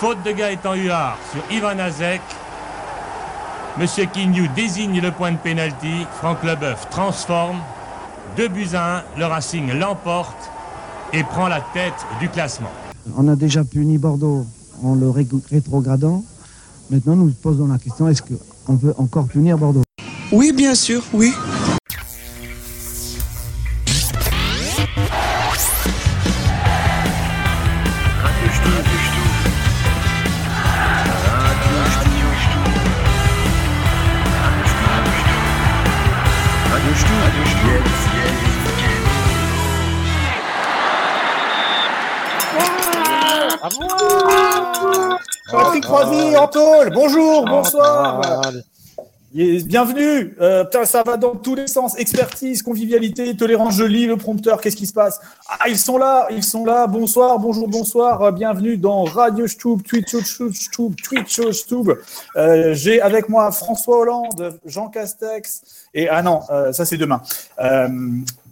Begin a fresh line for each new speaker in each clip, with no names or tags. Faute de Gaëtan Huard sur Ivan Azek. Monsieur Quignou désigne le point de pénalty. Franck Leboeuf transforme. 2 buts à 1. Le Racing l'emporte et prend la tête du classement.
On a déjà puni Bordeaux en le ré- rétrogradant. Maintenant, nous posons la question est-ce qu'on peut encore punir Bordeaux
Oui, bien sûr, oui.
Patrick Croisy en tôle, bonjour, bonsoir. Et bienvenue. Euh, putain, ça va dans tous les sens. Expertise, convivialité, tolérance, je lis le prompteur. Qu'est-ce qui se passe Ah, ils sont là, ils sont là. Bonsoir, bonjour, bonsoir. Euh, Bienvenue dans Radio Stube, Twitch Stube, Stube, Twitch Stube. Euh, J'ai avec moi François Hollande, Jean Castex et ah non, euh, ça c'est demain. Euh,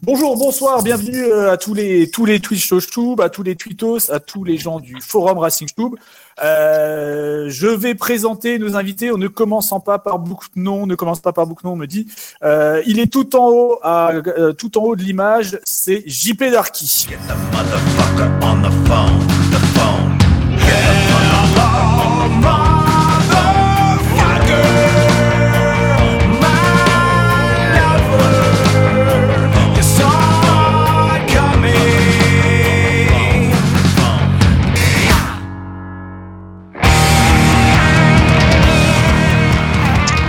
Bonjour, bonsoir, bienvenue euh, à tous les tous les Twitch Stube, à tous les Twittos, à tous les gens du forum Racing Stube. Euh, je vais présenter nos invités en ne commençant pas par Boucnon, ne commence pas par Boucnon, on me dit. Euh, il est tout en haut, à, euh, tout en haut de l'image, c'est JP Darky.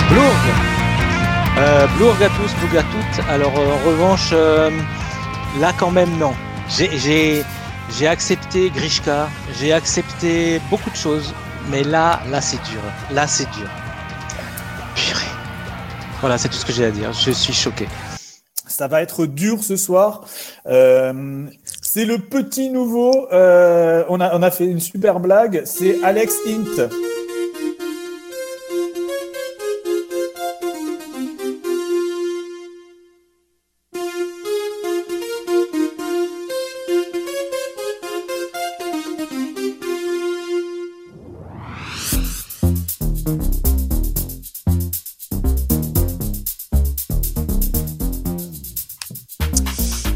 Blourg euh, Blourg à tous, Blourg à toutes. Alors euh, en revanche, euh, là quand même non. J'ai- J'ai j'ai accepté Grishka, j'ai accepté beaucoup de choses, mais là, là c'est dur. Là c'est dur. Purée. Voilà, c'est tout ce que j'ai à dire. Je suis choqué.
Ça va être dur ce soir. Euh, c'est le petit nouveau. euh, on, a, on a fait une super blague. C'est Alex Hint.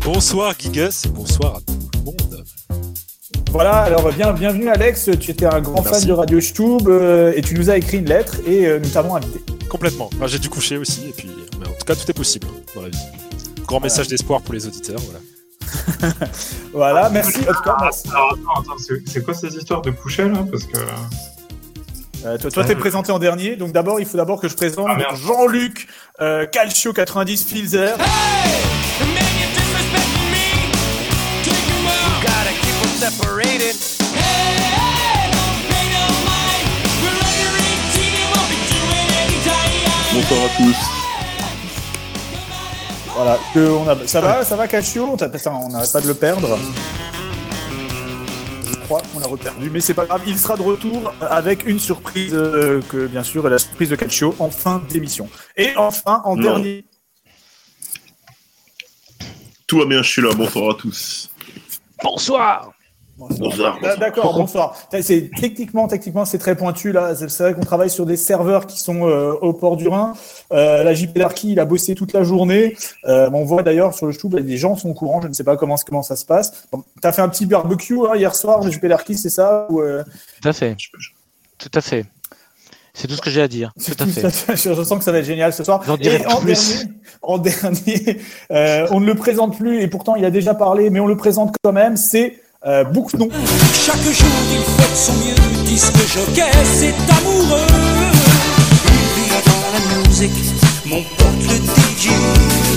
Bonsoir Gigas, bonsoir à tout le monde.
Voilà, alors bien, bienvenue Alex. Tu étais un grand
Merci.
fan de Radio Stube euh, et tu nous as écrit une lettre et euh, nous t'avons invité.
Complètement. Ah, J'ai dû coucher aussi, et puis mais en tout cas tout est possible hein, dans la vie. Grand message d'espoir pour les auditeurs, voilà.
Voilà, merci. En tout cas, merci.
Alors, attends, attends, c'est c'est quoi ces histoires de coucher là Parce que. eh
Euh, toi, toi, t'es présenté en dernier, donc d'abord, il faut d'abord que je présente
Ah, merde.
Jean-Luc euh, Calcio 90 Filzer.
Bonsoir à tous.
Voilà, que on a... ça va, ça va Calcio On t'a- putain, on n'arrête pas de le perdre. Je crois qu'on l'a reperdu, mais c'est pas grave. Il sera de retour avec une surprise euh, que, bien sûr, est la surprise de Calcio en fin d'émission. Et enfin, en
Non.
dernier,
Tout va bien, je suis là. Bonsoir à tous.
Bonsoir
Bonsoir.
Ah, D'accord, bonsoir. T'as- C'est techniquement, techniquement, c'est très pointu là. C'est c'est vrai qu'on travaille sur des serveurs qui sont euh, au port du Rhin. Euh, la JP Darky, il a bossé toute la journée. Euh, on voit d'ailleurs sur le YouTube, les gens sont au courant. Je ne sais pas comment comment ça se passe. Bon, T'as fait un petit barbecue hein, hier soir, JP Darky, c'est ça ou, euh,
Tout à fait, tout à fait. C'est tout ce que j'ai à dire. Tout à fait.
Je, je sens que ça va être génial ce soir.
J'en dirai
Et en
plus.
dernier, en dernier, euh, on ne le présente plus et pourtant il a déjà parlé, mais on le présente quand même. C'est euh, Boucnon.
Chaque jour il fait de son mieux, disque jockey, c'est amoureux. Il vit dans la musique, mon pote le DJ.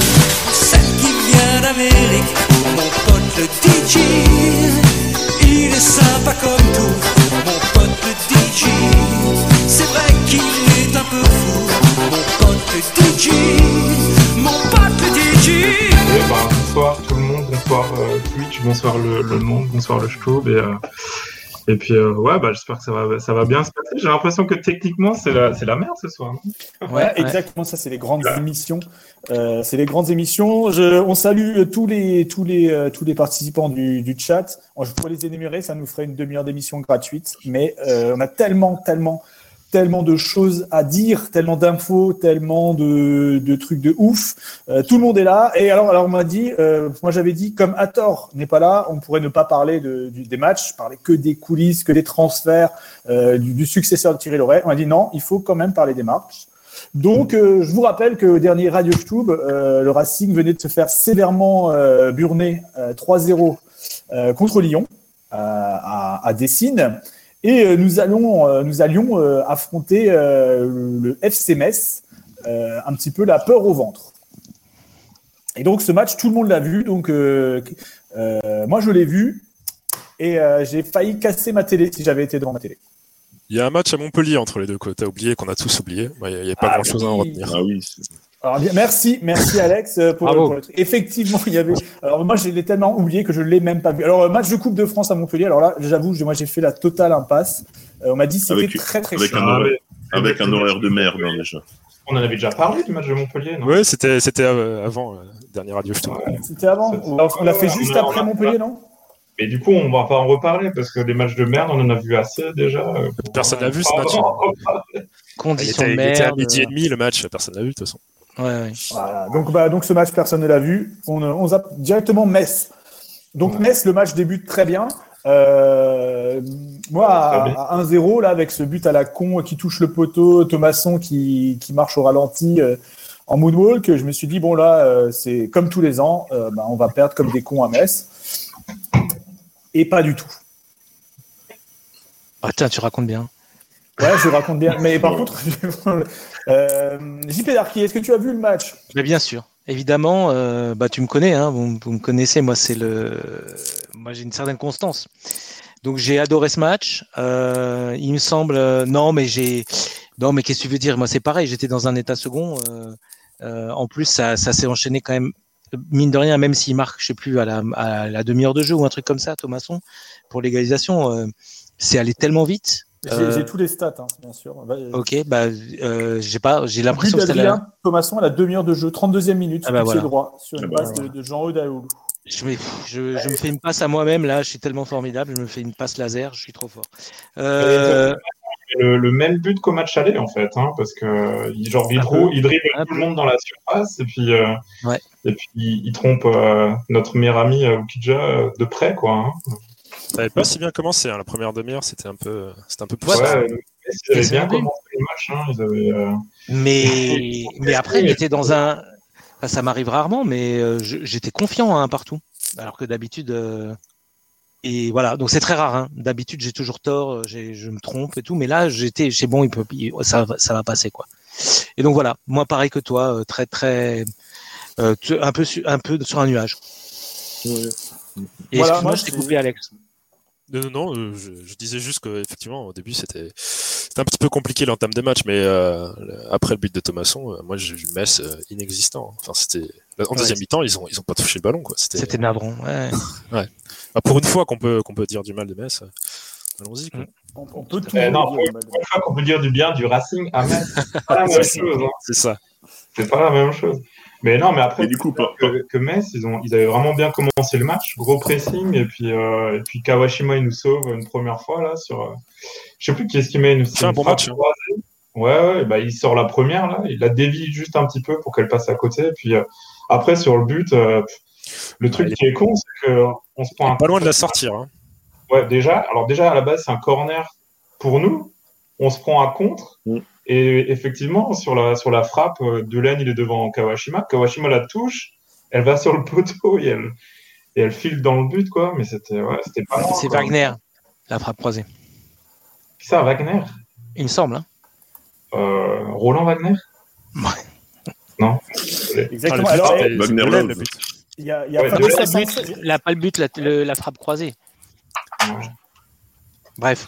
Celle qui vient d'Amérique, mon pote le DJ. Il est sympa comme tout, mon pote le DJ. C'est vrai qu'il est un peu fou, mon pote le DJ. Mon pote le DJ.
Eh ben, bonsoir tout le monde, bonsoir euh, Twitch, bonsoir le, le monde, bonsoir le Stub. Et, euh, Et puis, euh, ouais, bah, j'espère que ça va, ça va bien se passer. J'ai l'impression que techniquement, c'est la, c'est la merde ce soir. non
Ouais, exactement, ça c'est les grandes émissions. Euh, c'est les grandes émissions. Je, on salue euh, tous les tous les euh, tous les participants du, du chat. On- Je pourrais les énumérer, ça nous ferait une demi-heure d'émission gratuite. Mais euh, on a tellement tellement tellement de choses à dire, tellement d'infos, tellement de, de trucs de ouf. Euh, tout le monde est là. Et alors, alors on m'a dit, euh, moi j'avais dit, comme Hathor n'est pas là, on pourrait ne pas parler de, du- des matchs, parler que des coulisses, que des transferts, euh, du, du successeur de Thierry Loret. On m'a dit non, il faut quand même parler des matchs. Donc, euh, je vous rappelle que au dernier Radio Stube, euh, le Racing venait de se faire sévèrement euh, burner euh, 3-0 euh, contre Lyon euh, à, à Dessines. Et euh, nous, allons, euh, nous allions euh, affronter euh, le FC Metz, euh, un petit peu la peur au ventre. Et donc, ce match, tout le monde l'a vu. Donc, euh, euh, moi, je l'ai vu. Et euh, j'ai failli casser ma télé si j'avais été devant ma télé.
Il y a un match à Montpellier entre les deux côtés. T'as oublié qu'on a tous oublié. Ouais, Il n'y a pas
Ah,
grand-chose à en
oui.
retenir.
Ah oui. c'est-
Alors, bien, merci, merci Alex euh, pour,
Bravo.
pour le truc. Effectivement, il y avait. Alors moi, je l'ai tellement oublié que je l'ai même pas vu. Alors euh, match de Coupe de France à Montpellier. Alors là, j'avoue, j'ai- moi j'ai fait la totale impasse. Euh, on m'a dit que c'était
Avec-
très très
avec
chaud.
un horaire-
Ah, mais-
Avec un horaire de merde, hein, déjà.
On en avait déjà parlé du match de Montpellier, non
Ouais, c'était c'était euh, avant euh, dernier radio. Je te-
C'était avant.
C'est-
On l'a- on l'a fait
Ouais,
juste
on a-
après
on a-
Montpellier, non
Mais du coup, on va pas en reparler parce que des matchs de merde, on en a vu assez déjà. euh, pour-
Personne n'a vu ce
Ah,
match.
non, oh,
Il
Conditions
était,
de
il était à
merde.
midi et demi le match. Personne n'a vu de toute façon.
Ouais, ouais.
Voilà. Donc bah donc ce match personne ne l'a vu. On euh, on zappe directement Metz. Donc
Ouais.
Metz, le match débute très bien. Euh, moi,
Très bien.
à, à 1-0, là, avec ce but à la con euh, qui touche le poteau, Thomasson qui, qui marche au ralenti euh, en moonwalk, euh, je me suis dit, bon, là, euh, c'est comme tous les ans, euh, bah, on va perdre comme des cons à Metz. Et pas du tout.
Ah, tiens, tu racontes bien.
Ouais, je raconte bien. Mais par contre, euh, JP Darky, est-ce que tu as vu le match
Mais bien sûr. Évidemment, euh, bah, tu me connais, hein, vous, vous me connaissez, moi c'est le moi j'ai une certaine constance. Donc j'ai adoré ce match. Euh, il me semble euh, non mais j'ai non mais qu'est-ce que tu veux dire Moi c'est pareil, j'étais dans un état second. euh, euh, en plus ça, ça s'est enchaîné quand même mine de rien, même s'il marque, je sais plus, à la, à la demi-heure de jeu ou un truc comme ça, Thomasson, pour l'égalisation, euh, c'est allé tellement vite.
J'ai
Euh,
j'ai tous les stats, hein, bien sûr. Bah, euh,
Ok, bah euh, j'ai pas, j'ai l'impression
But
que c'était la-
d'Adrien Thomasson à la demi-heure de jeu, 32e minute,
Ah bah
sur pied
voilà.
droit, sur une
Ah bah
passe de, de Jean Odaoulou.
Je, me- je, je me fais une passe à moi-même là, je suis tellement formidable, je me fais une passe laser, je suis trop fort. Euh,
c'est le, le même but qu'au match aller en fait, hein, parce que euh, il- genre il,
Un
drou-
peu.
il dribble
Un
tout le monde dans la surface et puis euh,
Ouais.
et puis il, il trompe euh, notre meilleur ami euh, Oukidja euh, de près quoi. hein.
Ça n'avait pas si bien commencé. hein. La première demi-heure, c'était un peu, c'était un peu
Ouais,
poussé.
Ouais, euh, ils avaient
c'est un
bien
but.
commencé le match, hein, ils avaient. euh,
mais, mais après, j'étais dans un. enfin, ça m'arrive rarement, mais euh, je- j'étais confiant hein, partout. Alors que d'habitude. euh, Et voilà, donc c'est très rare. hein. D'habitude, j'ai toujours tort, euh, j'ai- je me trompe et tout, mais là, j'étais, j'ai bon, il peut, il- ça, va- ça va passer quoi. Et donc voilà, moi pareil que toi, euh, très très, euh, tu- un peu, su- un peu sur un nuage. Et
Voilà,
excuse-moi,
moi,
je t'ai
c'est-
coupé, Alex.
Non, non, non, euh, je, je disais juste qu'effectivement, au début, c'était c'était un petit peu compliqué l'entame des matchs, mais euh, le- après le but de Thomasson, euh, moi, j'ai vu Metz euh, inexistant. Enfin, c'était. En
Ouais.
deuxième mi-temps, ils ont, ils ont pas touché le ballon, quoi. C'était.
C'était navrant. Ouais.
Ah, pour une fois qu'on peut, qu'on peut dire du mal de Metz, euh, allons-y, quoi.
On, on peut tout
Eh non,
dire, Maldon.
Je crois qu'on peut dire du bien du Racing à Metz. C'est pas la même chose. hein.
C'est ça.
C'est pas la même chose. Mais non, mais après,
Et du coup, par-
que, que Metz, ils, ont, ils avaient vraiment bien commencé le match, gros pressing, et puis, euh, et puis Kawashima, il nous sauve une première fois, là, sur... euh, je sais plus qui est-ce qui met, il nous
C'est un
une
bon
frappe
match, hein.
croisée. Ouais, ouais, bah, il sort la première, là, il la dévie juste un petit peu pour qu'elle passe à côté, et puis euh, après, sur le but, euh, pff, le truc
Ouais,
qui est con, c'est qu'on se prend un...
Pas loin de la sortir. hein.
Ouais, déjà, alors déjà, à la base, c'est un corner pour nous, on se prend à contre,
Mm.
et effectivement, sur la, sur la frappe, euh, Delaine, il est devant Kawashima, Kawashima la touche, elle va sur le poteau et elle, et elle file dans le but, quoi. Mais c'était ouais, c'était pas mal.
C'est Wagner, la frappe croisée.
Ça, Wagner
Il me semble. hein.
Euh, Roland Wagner
Ouais.
Non
Enfin, le
Exactement.
but,
Alors,
c'était-
eh,
c'était
Wagner
Delaine,
Love.
le but.
il y a, il y a
Ouais,
pas
de
mal
la
La
de-
but, la, pas le but, la, le- la frappe croisée.
Ouais.
Bref.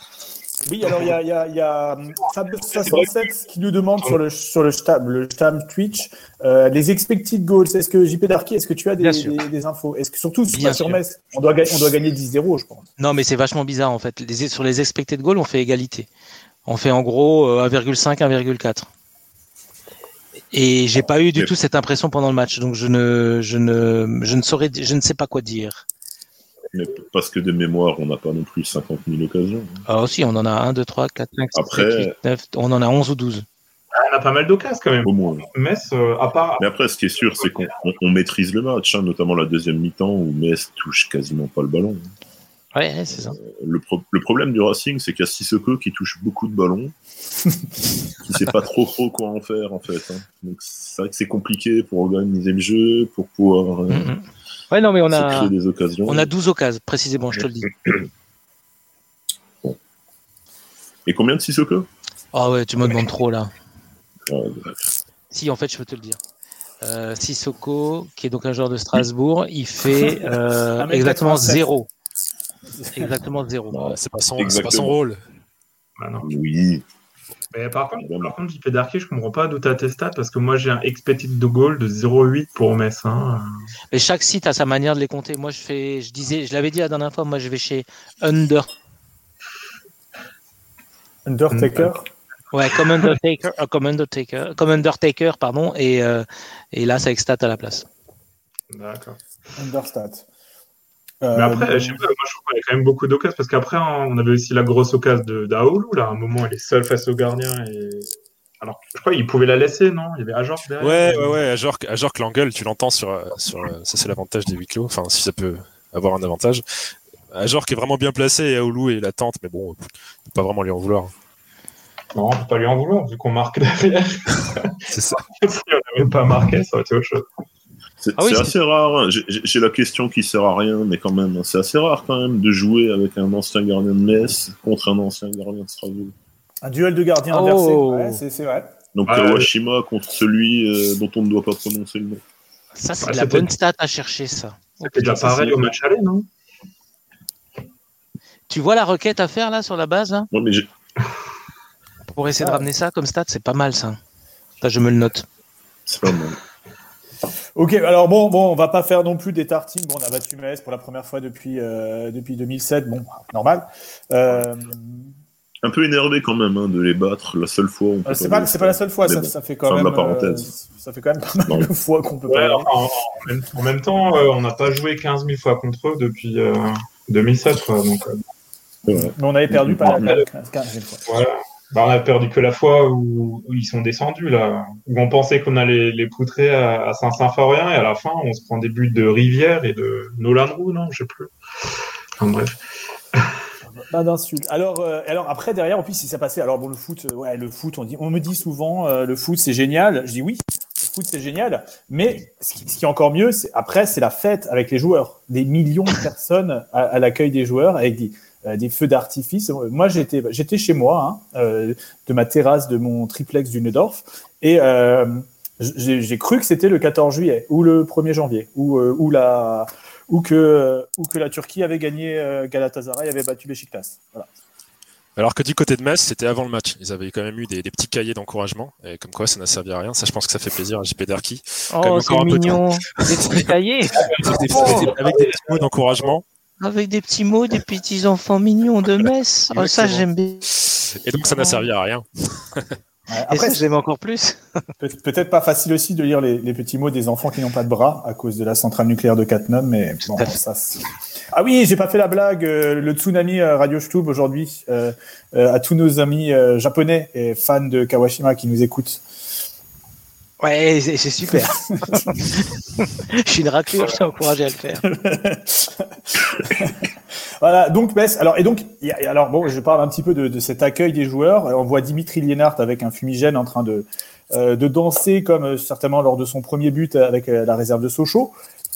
Oui, alors il y a, il y a- il y a Fab 67 qui nous demande sur le sur le stam, le stam Twitch euh, les expected goals. Est-ce que JP Darky, est-ce que tu as des,
Bien sûr.
des- des infos Est-ce que surtout sur,
Bien
sur
sûr.
Metz, on doit gagner on doit gagner 10-0, je pense.
Non, mais c'est vachement bizarre en fait. Les- sur les expected goals, on fait égalité. On fait en gros euh, 1,5, 1,4. Et j'ai pas eu du
Mais-
tout cette impression pendant le match, donc je ne, je ne, je ne saurais, di- je ne sais pas quoi dire.
Mais p- parce que de mémoire, on n'a pas non plus 50 000 occasions.
Ah aussi, on en a 1, 2, 3, 4, 5, 6,
Après-
7, 8, 9, on en a 11 ou 12.
On Ah, a pas mal d'occasions quand même.
Au moins.
Metz, euh, à part.
Mais après, ce qui est sûr, c'est qu'on on- on maîtrise le match, hein, notamment la deuxième mi-temps où Metz touche quasiment pas le ballon.
Ouais, ouais, c'est ça.
Le, pro- le problème du Racing, c'est qu'il y a Sissoko qui touche beaucoup de ballons, qui sait pas trop trop quoi en faire en fait. hein. Donc c'est vrai que c'est compliqué pour organiser le jeu, pour pouvoir euh,
Mhm. Ouais, non, mais on
se
a,
créer des occasions.
on a 12 occasions, précisément, je te le dis.
Et combien de Sissoko
Ah ouais, tu me demandes trop là.
Ouais, bref.
Si, en fait, je peux te le dire. Euh, Sissoko, qui est donc un joueur de Strasbourg, il fait euh,
1m87.
exactement zéro. Exactement zéro.
Non,
C'est pas, son- c'est pas son
Exactement.
rôle.
Bah, non.
Oui,
Mais par contre, par contre JP Darky, je comprends pas d'où t'as tes stats parce que moi j'ai un expected de goal de 0,8 pour Metz. hein.
Et chaque site a sa manière de les compter. Moi, je fais, je disais, je l'avais dit la dernière fois. Moi, je vais chez Under,
Undertaker.
ouais, comme Undertaker, euh, comme Undertaker, comme Undertaker, pardon. Et euh, et là, c'est avec Stat à la place.
D'accord.
Mm.
Understat. Euh,
Mais après, je sais pas, moi je trouve qu'il y a quand même beaucoup d'occasions parce qu'après hein, on avait aussi la grosse occasion de d'Aoulou là, à un moment elle est seule face au gardien et alors je crois qu'il pouvait la laisser non Il y avait Ajor derrière.
Ouais, ouais, ouais. À Jork, à Jork, l'angle, tu l'entends sur, euh, sur. euh, Ça, c'est l'avantage des huis clos. Enfin, si ça peut avoir un avantage. À Jork est vraiment bien placé et Aoulou est l'attente, mais bon, on peut pas vraiment lui en vouloir.
Non, on peut pas lui en vouloir vu qu'on marque derrière.
C'est ça.
si on n'avait pas marqué, ça aurait été autre chose.
c'est
Ah oui,
c'est
c'est-
assez rare. hein. J'ai- J'ai j'ai la question qui sert à rien, mais quand même, hein, c'est assez rare quand même de jouer avec un ancien gardien de Metz contre un ancien gardien de Strasbourg.
Un duel de gardiens
Oh.
inversé. Ouais, c'est- c'est vrai.
Donc
Ah,
Kawashima contre celui euh, dont on ne doit pas prononcer le nom.
Ça, c'est
Bah,
de la
c'était-
bonne stat à chercher, ça.
C'était déjà pareil au match aller, non
Tu vois la requête à faire là sur la base là,
Ouais, mais j'ai-
pour essayer de
Ah.
ramener ça comme stat, c'est pas mal ça. Ça, je me le note.
c'est pas mal.
Ok, alors bon, bon, on va pas faire non plus des tartines. Bon, on a battu Metz pour la première fois depuis euh, depuis 2007. Bon, normal. Euh,
Un peu énervé quand même hein, de les battre. La seule fois, où on peut
euh, c'est pas
les
c'est pas la
faire.
seule fois.
Mais
Ça,
bon,
ça fait quand
fin de
même
la
euh,
parenthèse.
ça fait quand même pas mal
Non.
de fois qu'on peut
Ouais,
pas.
enfin, en, en même, en même temps, euh, on n'a pas joué 15 000 fois contre eux depuis euh, 2007. Quoi, donc, euh,
Mais on avait perdu par la
Non.
15e fois.
voilà. Bah, on a perdu que la fois où, où ils sont descendus, là, où on pensait qu'on allait les poutrer à, à Saint-Symphorien, et à la fin, on se prend des buts de Rivière et de Nolan Roux, non Je sais plus. Enfin, bref.
Pas d'insultes. Alors, euh, alors après derrière, en plus, si ça passait. Alors bon, le foot, euh, ouais, le foot. On dit, on me dit souvent, euh, le foot c'est génial. Je dis oui, le foot c'est génial. Mais ce qui, ce qui est encore mieux, c'est après, c'est la fête avec les joueurs. Des millions de personnes à, à l'accueil des joueurs avec des, euh, des feux d'artifice. Moi, j'étais, j'étais chez moi, hein, euh, de ma terrasse de mon triplex du Neudorf, et euh, j'ai j'ai cru que c'était le 14 juillet ou le 1er janvier ou euh, ou la ou que euh, ou que la Turquie avait gagné euh, Galatasaray avait battu Beşiktaş. Voilà.
Alors que du côté de Metz, c'était avant le match. Ils avaient quand même eu des, des petits cahiers d'encouragement. Et comme quoi, ça n'a servi à rien. Ça, je pense que ça fait plaisir à JP Darky.
Oh,
encore un
c'est
peu de
mignon. Des petits cahiers.
Avec des, avec des petits mots d'encouragement.
Avec des petits mots des petits enfants mignons de Metz. Oh, ça,
Exactement.
j'aime bien.
Et donc, ça n'a servi à rien.
Ouais,
Et
après,
ça, j'aime encore plus.
peut- peut-être pas facile aussi de lire les, les petits mots des enfants qui n'ont pas de bras à cause de la centrale nucléaire de Katnam, mais bon,
à fait.
ça. c'est- Ah oui, j'ai pas fait la blague. euh, le tsunami euh, Radio Stub aujourd'hui euh, euh, à tous nos amis euh, japonais et fans de Kawashima qui nous écoutent.
Ouais, c'est c'est super. je suis une raclure, je t'ai encouragé à le faire.
Voilà, donc Metz. Alors et donc, il y a- alors bon, je parle un petit peu de, de cet accueil des joueurs. Alors, On voit Dimitri Liénard avec un fumigène en train de euh, de danser comme euh, certainement lors de son premier but avec euh, la réserve de Sochaux.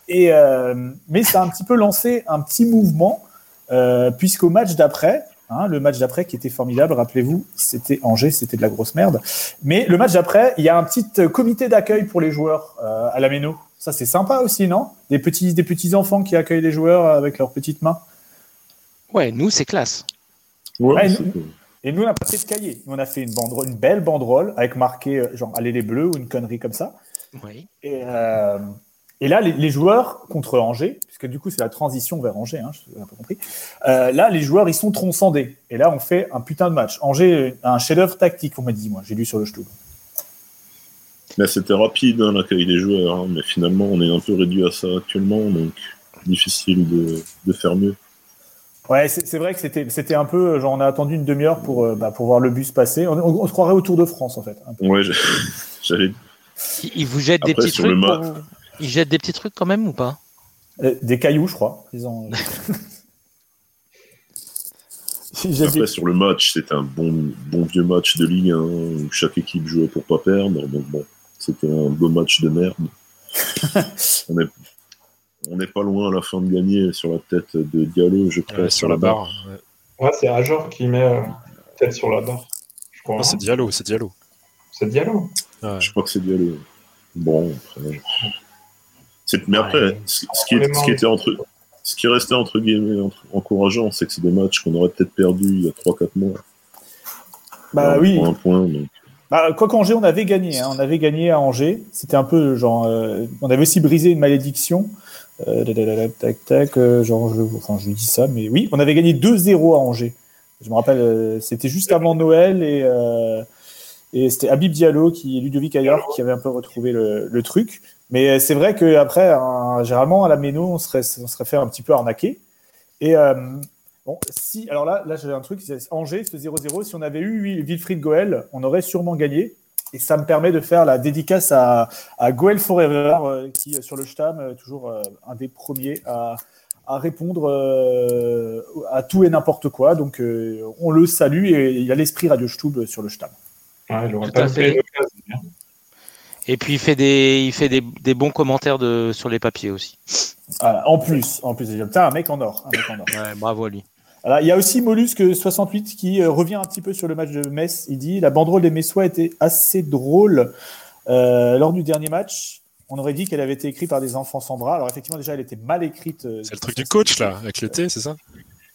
Et euh, mais ça a un petit peu lancé un petit mouvement euh, puisqu'au match d'après, hein, le match d'après qui était formidable, rappelez-vous, c'était Angers, c'était de la grosse merde. Mais le match d'après, il y a un petit euh, comité d'accueil pour les joueurs euh, à la Méno. Ça c'est sympa aussi, non Des petits des petits enfants qui accueillent euh, les joueurs avec leurs petites mains.
Ouais, nous, c'est classe.
Ouais,
Ouais,
c'est-
Et nous, on n'a pas fait de cahier. Nous, on a fait une, banderole, une belle banderole avec marqué euh, genre Allez les Bleus ou une connerie comme ça.
Oui.
Et, euh, et là, les, les joueurs contre Angers, puisque du coup, c'est la transition vers Angers, hein, j'ai un peu compris. euh, là, les joueurs, ils sont tronçondés. Et là, on fait un putain de match. Angers a un chef-d'œuvre tactique, on m'a dit, moi. J'ai lu sur le Stub.
Là, c'était rapide, hein, l'accueil des joueurs, hein, mais finalement, on est un peu réduit à ça actuellement, donc difficile de, de faire mieux.
Ouais, c'est c'est vrai que c'était c'était un peu euh, genre on a attendu une demi-heure pour euh, bah, pour voir le bus passer. On, on- on se croirait au Tour de France en fait. un peu.
Ouais, je- j'allais.
Ils ils vous jettent des
Après,
petits
sur le
trucs.
ma-
pour vous- Ils jettent des petits trucs quand même ou pas
Euh, Des cailloux, je crois. Ils ont... Si j'ai
Après,
des-
sur le match, c'était un bon, bon vieux match de Ligue 1 où chaque équipe jouait pour pas perdre. Donc bon, c'était un beau match de merde. on n'est on n'est pas loin à la fin de gagner sur la tête de Diallo, je crois.
Ouais, euh, sur la barre. ouais.
Ouais, c'est Ajor qui met euh, tête sur la barre. Je crois.
Non,
Ah,
Oh, c'est
hein.
Diallo, c'est Diallo.
C'est Diallo.
Ouais.
Je crois que c'est Diallo. Bon, après. C'est- Mais après, ce, ce qui, est- ce qui était entre, ce qui restait entre guillemets entre- encourageant, c'est que c'est des matchs qu'on aurait peut-être perdus il y a 3-4 mois.
Bah
Alors,
oui.
Pour un point, donc.
Bah, quoi qu'Angers, on avait gagné. hein. On avait gagné à Angers. C'était un peu genre. euh, on avait aussi brisé une malédiction. Euh, da, da, da, da, tac, tac. euh, genre, je, enfin, je dis ça, mais oui, on avait gagné 2-0 à Angers. Je me rappelle, euh, c'était juste avant Noël et, euh, et c'était Habib Diallo qui Ludovic Ayor qui avait un peu retrouvé le, le truc. Mais euh, c'est vrai qu'après, hein, généralement, à la Méno, on serait, on serait fait un petit peu arnaquer. Et. euh, Bon, si, alors là, là j'ai un truc, c'est Angers, ce 0-0, si on avait eu Wil- Wilfried Goel, on aurait sûrement gagné. Et ça me permet de faire la dédicace à, à Goel Forever, euh, qui euh, sur le Stam, euh, toujours euh, un des premiers à, à répondre euh, à tout et n'importe quoi. Donc euh, on le salue et il a l'esprit Radio Stub sur le Stam.
Ouais, il aurait
Tout
pas
à
loupé
fait.
une occasion. hein.
Et puis il fait des, il fait des, des bons commentaires de, sur les papiers aussi.
Voilà, en plus, en plus, j'ai dit, putain, un mec en or. un mec en or.
Ouais, bravo à lui.
Voilà, il y a aussi Mollusque68 qui euh, revient un petit peu sur le match de Metz. Il dit La banderole des Messois était assez drôle euh, lors du dernier match. On aurait dit qu'elle avait été écrite par des enfants sans bras. Alors, effectivement, déjà, elle était mal écrite. euh,
C'est le truc du coach, là, avec le T, c'est ça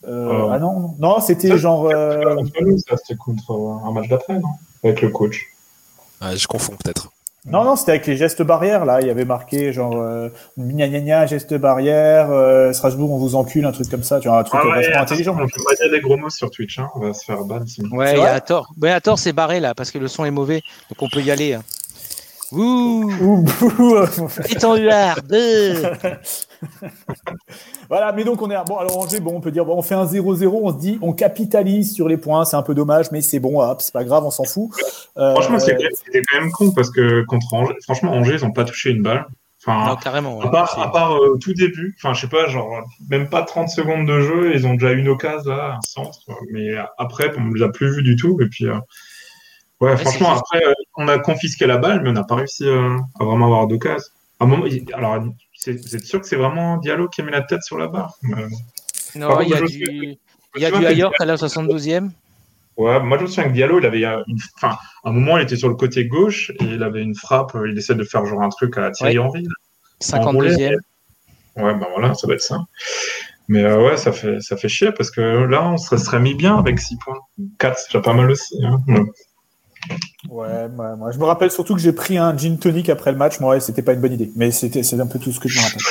euh, Ah non, non, non, c'était genre. euh,
Contre nous, ça, c'était contre euh, un match d'après, non Avec le coach.
Ah, Je confonds peut-être.
Non, non, c'était avec les gestes barrières, là. Il y avait marqué genre euh, gna gna gna, gestes barrières, euh, Strasbourg, on vous encule, un truc comme ça. Tu vois, un
Ah
truc euh, vachement intelligent.
Ah On peut pas dire des gros mots sur Twitch, hein. on va se faire ban. sinon.
Ouais,
C'est
il y
vrai
a tort. Mais à tort, c'est barré là parce que le son est mauvais, donc on peut y aller. hein. Ouh,
Ouh, ouh, ouh.
petit en UR, deux.
Voilà, mais donc on est à- bon. Alors Angers, bon, on peut dire bon, on fait un 0-0, on se dit, on capitalise sur les points, c'est un peu dommage, mais c'est bon, hop, c'est pas grave, on s'en fout. Euh,
Franchement, c'est quand même- c'était quand même con parce que contre Angers, franchement, Angers, ils ont pas touché une balle. Enfin,
Non, carrément.
à
ouais.
part, à part, euh, au tout début, enfin, je sais pas, genre, même pas 30 secondes de jeu, ils ont déjà une occasion, là, un centre, euh, mais après, on ne les a plus vus du tout. Et puis, euh, ouais, franchement,
c'est
après, euh, on a confisqué la balle, mais on n'a pas réussi euh, à vraiment avoir d'occasion. À un moment, il- alors, c'est- vous êtes sûr que c'est vraiment Diallo qui met la tête sur la barre Euh,
Non,
Par
il y a
contre, je-
du, il y a
tu vois Ah,
du
que-
ailleurs à la 72e.
Ouais, moi je me souviens que Diallo, il avait euh, une, enfin, à un moment, il était sur le côté gauche et il avait une frappe. euh, Il essaie de faire genre un truc à Thierry
Ouais.
Henry. là.
52e.
Ouais, ben voilà, ça va être ça. Mais euh, ouais, ça fait, ça fait chier parce que là, on se serait mis bien avec 6 points. 4, c'est déjà pas mal aussi. Hein. Ouais.
Ouais, moi, moi, je me rappelle surtout que j'ai pris un gin tonic après le match. Moi, ouais, c'était pas une bonne idée, mais c'était c'est un peu tout ce que je me rappelle.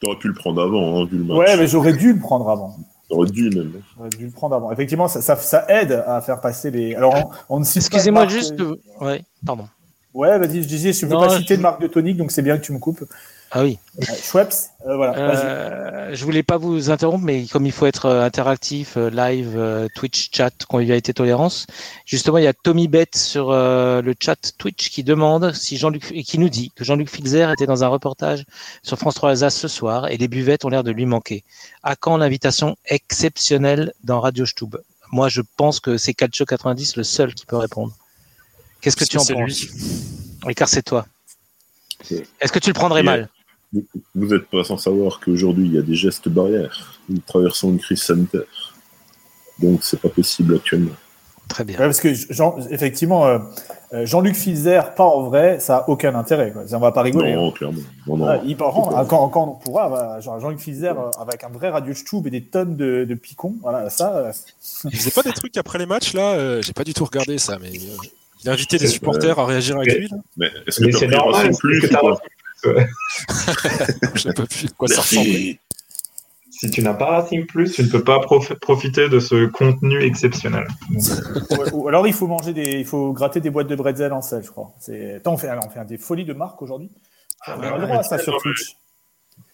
T'aurais pu le prendre avant, hein, vu le match.
Ouais, mais j'aurais dû le prendre avant.
T'aurais dû même. hein.
J'aurais dû le prendre avant. Effectivement, ça, ça, ça aide à faire passer les. Alors, on, on ne cite pas de
Excusez-moi
marque-
euh.
euh,
juste. que- Ouais, pardon.
Ouais, vas-y, je disais, je ne veux
Non,
pas
je-
citer de marque de tonic, donc c'est bien que tu me coupes.
Ah oui.
Ouais, Schweppes, euh, voilà. vas-y.
Euh, je voulais pas vous interrompre, mais comme il faut être euh, interactif, euh, live, euh, Twitch, chat, convivialité, tolérance. Justement, il y a Tommy Bett sur euh, le chat Twitch qui demande si Jean-Luc et qui nous dit que Jean-Luc Filzer était dans un reportage sur France 3 Alsace ce soir et les buvettes ont l'air de lui manquer. À quand l'invitation exceptionnelle dans Radio Stub Moi, je pense que c'est Calcio 90 le seul qui peut répondre. Qu'est-ce que
Parce
tu en
c'est
penses
lui.
Oui, Car c'est toi.
Oui.
Est-ce que tu le prendrais
Oui.
mal
Vous n'êtes pas sans savoir qu'aujourd'hui, il y a des gestes barrières. Nous traversons une crise sanitaire. Donc, c'est pas possible actuellement.
Très bien.
Ouais, parce que Jean, effectivement, euh, euh, Jean-Luc Fizer part en vrai, ça a aucun intérêt. Quoi. Ça, On va pas rigoler.
Non, clairement. Non, non.
Ah, il part en-
C'est pas-
quand, quand on pourra, voilà, genre Jean-Luc Fizer euh, avec un vrai radio Stube et des tonnes de, de picons. Voilà, ça. euh,
Il faisait pas des trucs après les matchs là euh, J'ai pas du tout regardé ça, mais euh, il invitait des
C'est-
supporters à réagir avec
Mais-
lui. Là.
Mais est-ce
Mais
que t'as
c'est
pris
normal.
Racing
parce que
Plus
t'as-
ou pas
Je sais pas plus de quoi ça ressemble.
Merci.
Si tu n'as pas Racing Plus, tu ne peux pas prof- profiter de ce contenu exceptionnel.
ou, ou alors il faut manger des, il faut gratter des boîtes de bretzel en sel, je crois. C'est. Attends, on fait, alors, on fait des folies de marque aujourd'hui. On a le droit à ça sur Twitch.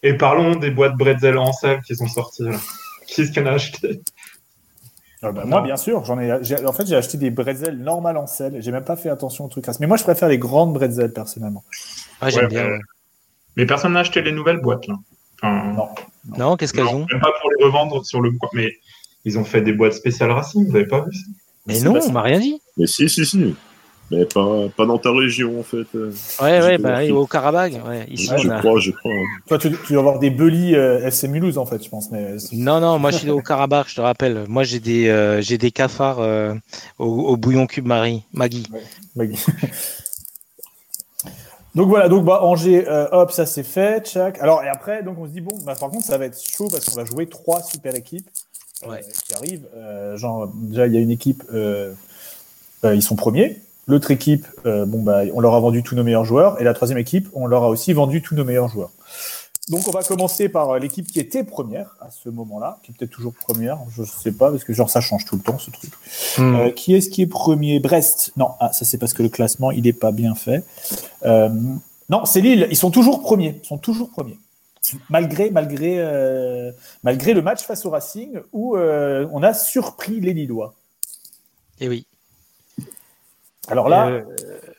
Et parlons des boîtes bretzel en salle qui sont sorties. là. Qui est-ce qu'on a acheté
Ah bah, moi, bien sûr, j'en ai, j'ai- En fait, j'ai acheté des bretzels normales en sel. J'ai même pas fait attention au truc. Mais moi, je préfère les grandes bretzels personnellement.
Ah, j'aime
Ouais, euh,
bien.
mais-
ouais.
Mais personne n'a acheté les nouvelles boîtes là. Enfin,
Non.
Non, qu'est-ce qu'elles
non,
ont
même pas pour les revendre sur le. Mais ils ont fait des boîtes spéciales Racing, vous avez pas vu ça
Mais
c'est
non,
pas
on
ça.
m'a rien dit.
Mais si, si, si. Mais pas, pas dans ta région, en fait. euh.
Ouais,
J'ai
ouais,
pas
bah,
compris.
au Karabagh. Ouais, ici,
je
on a-
crois, je crois. hein.
Toi, tu, tu dois avoir des Belly euh, FC Mulhouse en fait, je pense. Mais euh, c'est-
Non, non, moi je suis au Karabakh, je te rappelle. Moi j'ai des, euh, j'ai des cafards euh, au, au bouillon cube Marie, Maggie.
Magui. donc voilà, donc bah, Angers, euh, hop, ça c'est fait, tchac. Alors et après, donc on se dit bon, bah, par contre ça va être chaud parce qu'on va jouer trois super équipes euh,
Ouais.
qui arrivent. Euh, genre déjà il y a une équipe, euh, euh, ils sont premiers. L'autre équipe, euh, bon bah on leur a vendu tous nos meilleurs joueurs et la troisième équipe, on leur a aussi vendu tous nos meilleurs joueurs. Donc on va commencer par euh, l'équipe qui était première à ce moment-là, qui est peut-être toujours première, je sais pas parce que genre ça change tout le temps ce truc. Euh, qui est-ce qui est premier Brest Non, ah, ça c'est parce que le classement il n'est pas bien fait. Euh, non, c'est Lille. Ils sont toujours premiers. Ils sont toujours premiers. Malgré, malgré, euh, malgré le match face au Racing où euh, on a surpris les Lillois.
Et Eh oui.
Alors là,
Et, euh,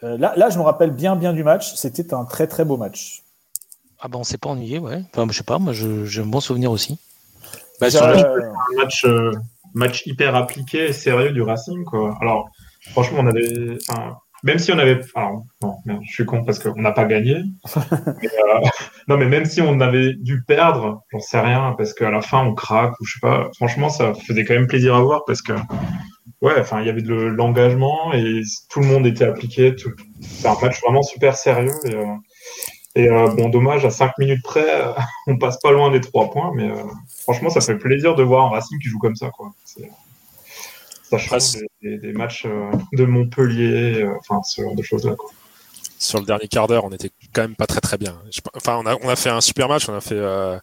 euh, là, là, je me rappelle bien, bien du match. C'était un très, très beau match.
ah bah on s'est pas ennuyé, ouais. Enfin, je sais pas, moi je- j'ai un bon souvenir aussi.
Bah,
Déjà,
surtout,
euh,
un match, euh, match hyper appliqué et sérieux du Racing. Quoi. Alors, franchement, on avait. enfin, Même si on avait. Alors, non, merde, je suis con parce qu'on n'a pas gagné. Mais, euh, non, mais même si on avait dû perdre, j'en sais rien, parce qu'à la fin, on craque ou je sais pas. Franchement, ça faisait quand même plaisir à voir parce que. Ouais, enfin, il y avait de l'engagement et tout le monde était appliqué. tout- C'est un match vraiment super sérieux. Et, euh, et, euh, bon, dommage, à 5 minutes près, euh, on passe pas loin des 3 points, mais. euh, franchement, ça fait plaisir de voir un Racing qui joue comme ça. Quoi. C'est- Ça change
Racing.
des, des- des matchs euh, de Montpellier, euh, enfin ce genre de choses-là. quoi.
Sur le dernier quart d'heure, on était quand même pas très très bien. Je- enfin, on a, on a fait un super match, on a fait euh,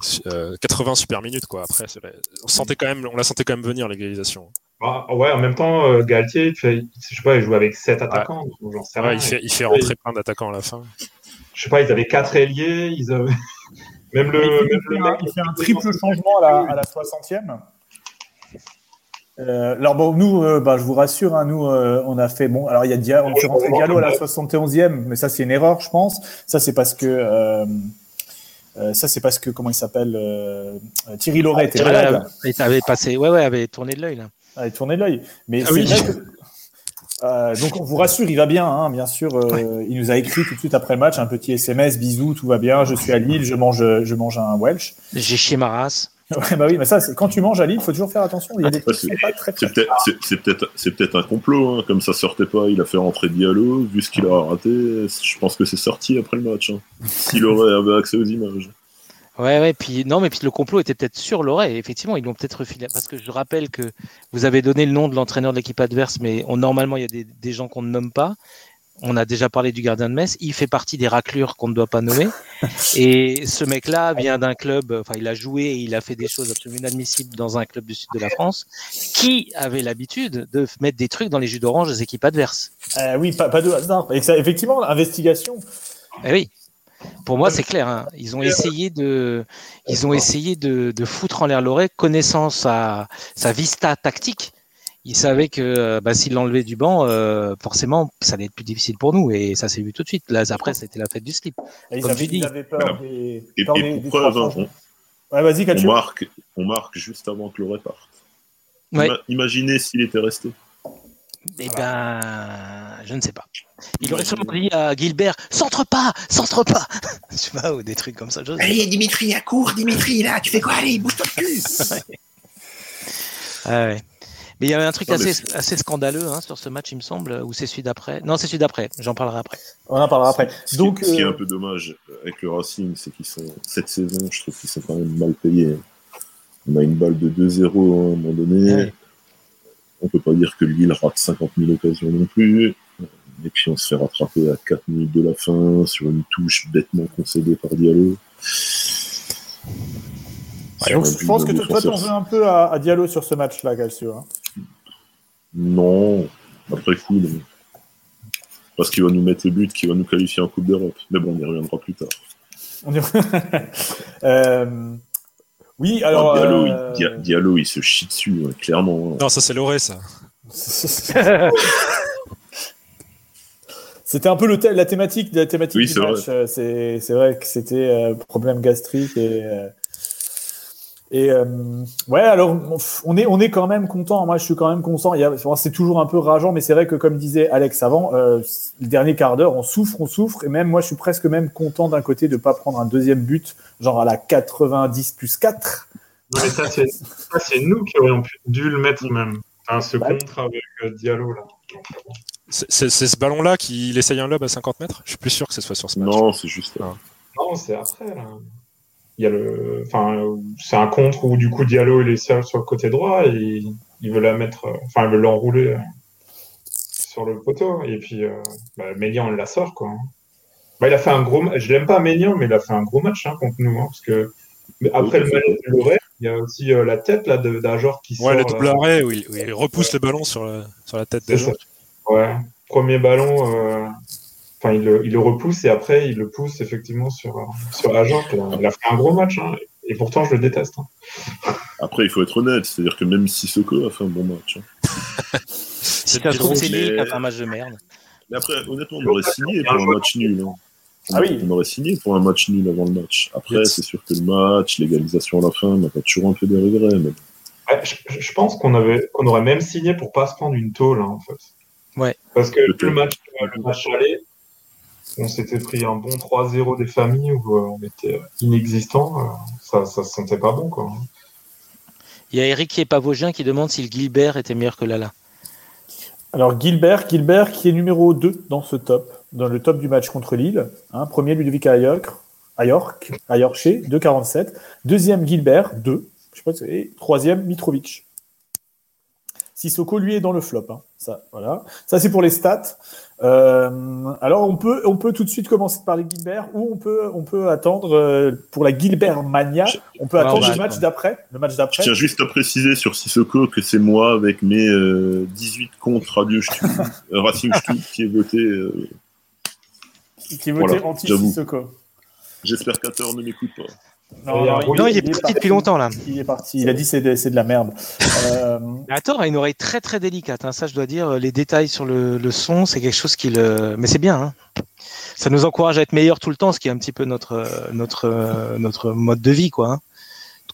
su- euh, 80 super minutes quoi. Après, c'est vrai, on sentait quand même, on la sentait quand même venir l'égalisation.
Ah, ouais, en même temps, euh, Galtier, il fait- je sais pas, il joue avec 7 attaquants, donc j'en sais
Ouais,
rien.
il fait, il fait rentrer plein d'attaquants à la fin.
Je sais pas, ils avaient 4 ailiers, ils avaient... même Euh, le,
il,
même
fait
le
un,
mec-
il fait un triple changement à la, à la 60e. Euh, alors bon, nous, euh, bah, je vous rassure, hein, nous, euh, on a fait bon. Alors il y a Dia- on fait rentrer Diallo à la 71e, mais ça c'est une erreur, je pense. Ça c'est parce que euh, euh, ça c'est parce que comment il s'appelle euh, euh, Thierry Loret était
Thierry
malade.
Loret avait passé, ouais, ouais, avait tourné de l'œil là.
Allez, tournez de l'œil. Mais
Ah
c'est
oui.
vrai que- Euh, donc on vous rassure, il va bien, hein, bien sûr. euh, Il nous a écrit tout de suite après le match un petit SMS, bisous, tout va bien. Je suis à Lille, je mange, je mange un Welsh.
J'ai chié ma race.
Ouais, bah oui, mais ça, c'est quand tu manges à Lille, il faut toujours faire attention. Il y a des
Ouais,
trucs qui sont pas très, très-
Ah, C'est peut-être c'est- c'est peut-être- c'est peut-être un complot. hein. Comme ça sortait pas, il a fait rentrer Diallo. Vu ce qu'il a raté, je pense que c'est sorti après le match. hein. S'il aurait avait accès aux images.
Ouais, ouais, puis non, mais puis le complot était peut-être sur l'oreille. Effectivement, ils l'ont peut-être refilé. Parce que je rappelle que vous avez donné le nom de l'entraîneur de l'équipe adverse, mais on, normalement, il y a des, des gens qu'on ne nomme pas. On a déjà parlé du gardien de Metz. Il fait partie des raclures qu'on ne doit pas nommer. Et ce mec-là vient d'un club, enfin, il a joué et il a fait des choses absolument inadmissibles dans un club du sud de la France qui avait l'habitude de mettre des trucs dans les jus d'orange des équipes adverses.
Euh, oui, pas, pas de hasard. Et ça, effectivement, l'investigation.
Eh oui. Pour moi, c'est clair. hein. Ils ont essayé de, ils ont essayé de, de foutre en l'air Loret, connaissant sa, sa vista tactique. Ils savaient que euh, bah, s'ils l'enlevaient du banc, euh, forcément, ça allait être plus difficile pour nous. Et ça s'est vu tout de suite. Là, après, c'était la fête du slip.
Ils
Comme
avaient,
tu dis.
ils avaient peur
Voilà.
des.
Et, et
peur des- des
pour
trois
preuve, hein,
changements.
on,
Ouais, vas-y,
on
Calcio.
marque, on marque juste avant que Loret parte.
Ouais.
Ima- imaginez s'il était resté.
Eh ben, je ne sais pas. Il aurait sûrement dit à Gilbert, centre pas, centre pas. Je sais pas, ou des trucs comme ça. je sais pas.
Dimitri, à court, Dimitri, là, tu fais quoi Allez, bouge-toi le cul
Ah ouais. Mais il y avait un truc
Non, mais
assez, assez scandaleux hein, sur ce match, il me semble, ou c'est celui d'après. Non, c'est celui d'après, j'en parlerai après.
On en parlera après.
Ce qui-
Donc,
ce qui est
euh,
un peu dommage avec le Racing, c'est qu'ils sont cette saison, je trouve qu'ils sont quand même mal payés. On a une balle de 2-0 à un moment donné.
Ouais.
On peut pas dire que Lille rate 50 000 occasions non plus. Et puis on se fait rattraper à 4 minutes de la fin sur une touche bêtement concédée par Diallo. Sur un
donc, je
but
pense
de
que toi,
défenseur.
t'en veux un peu à, à Diallo sur ce match-là, Calcio. hein.
Non, après coup, non. Parce qu'il va nous mettre le but qui va nous qualifier en Coupe d'Europe. Mais bon, on y reviendra plus tard.
On y- Euh, Oui, alors.
Ah, Diallo,
euh,
il, Dia- Diallo, il se chie dessus, ouais, clairement. hein.
Non, ça c'est Loré, ça.
C'était un peu le thème- la thématique de la thématique
Oui,
du
c'est
match. Euh, C'est c'est vrai que c'était euh, problème gastrique et euh, et euh, ouais. Alors on- on est on est quand même content. Moi, je suis quand même content. Il y a- bon, C'est toujours un peu rageant, mais c'est vrai que comme disait Alex avant, euh, le dernier quart d'heure, on souffre, on souffre. Et même moi, je suis presque même content d'un côté de pas prendre un deuxième but, genre à la 90 plus 4.
Non, mais ça, c'est ça, c'est nous qui aurions pu- dû le mettre même. Hein, ce contre avec euh, Diallo, là.
C'est- C'est c'est ce ballon-là qu'il essaye un lob à 50 mètres Je suis plus sûr que ce soit sur ce match.
Non, c'est juste.
Non, c'est après, là. Il y a le... enfin, euh, c'est un contre où, du coup, Diallo, il est seul sur le côté droit et il- il veut la mettre... euh, Enfin, il veut l'enrouler euh, sur le poteau. Et puis, euh, bah, Mélian, il la sort, quoi. Bah, il a fait un gros... ma- Je l'aime pas, Mélian, mais il a fait un gros match hein, contre nous. hein, parce que mais après le match de Loré, il y a aussi euh, la tête là de- d'un joueur qui sort...
Ouais, le
là.
double arrêt où il, où il repousse le ballon sur, la- sur la tête
euh, C'est
des
ça.
gens.
Ouais. Premier ballon, euh, enfin il, le, il le repousse et après il le pousse effectivement sur, euh, sur la jambe. Il a fait un gros match hein. et pourtant je le déteste. hein.
Après, il faut être honnête, c'est-à-dire que même Sissoko a fait un bon match. hein.
C'est
Ça se trouve,
drôle,
c'est Lille qui a
mais-
fait un match de merde.
Mais après, honnêtement, on aurait signé pour un match nul. hein. On,
Ah oui.
on aurait signé pour un match nul avant le match. Après,
Yes.
c'est sûr que le match, l'égalisation à la fin, on a toujours un peu des regrets. Mais...
Ouais, je, je- je pense qu'on avait qu'on aurait même signé pour pas se prendre une tôle hein, en fait.
Ouais.
Parce que
Peut-être.
le match, euh, le match aller, on s'était pris un bon 3-0 des familles où euh, on était inexistant. ça, ça se sentait pas bon quoi.
Il y a Eric qui est pavogien qui demande si le Gilbert était meilleur que Lala.
Alors Gilbert, Gilbert qui est numéro 2 dans ce top, dans le top du match contre Lille. Hein, premier Ludovic Ayork, Ayork, Ayorché, 2,47. Deuxième Gilbert, 2. Je sais pas, si- et troisième Mitrovic. Sissoko, lui, est dans le flop. hein. Ça, voilà. Ça, c'est pour les stats. Euh, alors, on peut, on peut tout de suite commencer par les Gilbert ou on peut, on peut attendre euh, pour la Gilbert Mania. On peut
Ouais,
attendre
on va
le match
attendre.
d'après. Le match
bah, Je
d'après.
tiens juste à préciser sur Sissoko que c'est moi avec mes euh, 18 contre Radio Stu- euh, Racing Stu qui ai voté. euh,
Qui votait
Voilà, j'avoue.
anti-Sissoko.
J'espère qu'Ator ne m'écoute pas.
Et un Oui,
non, il
il
est
est
parti
parti.
depuis longtemps là.
Il est parti. Il a dit c'est de, c'est de la merde. Euh,
Mais Hathor a une oreille très très délicate, hein, ça je dois dire. Les détails sur le, le son, c'est quelque chose qui le. Mais c'est bien. hein. Ça nous encourage à être meilleur tout le temps, ce qui est un petit peu notre euh, notre euh, notre mode de vie, quoi. hein.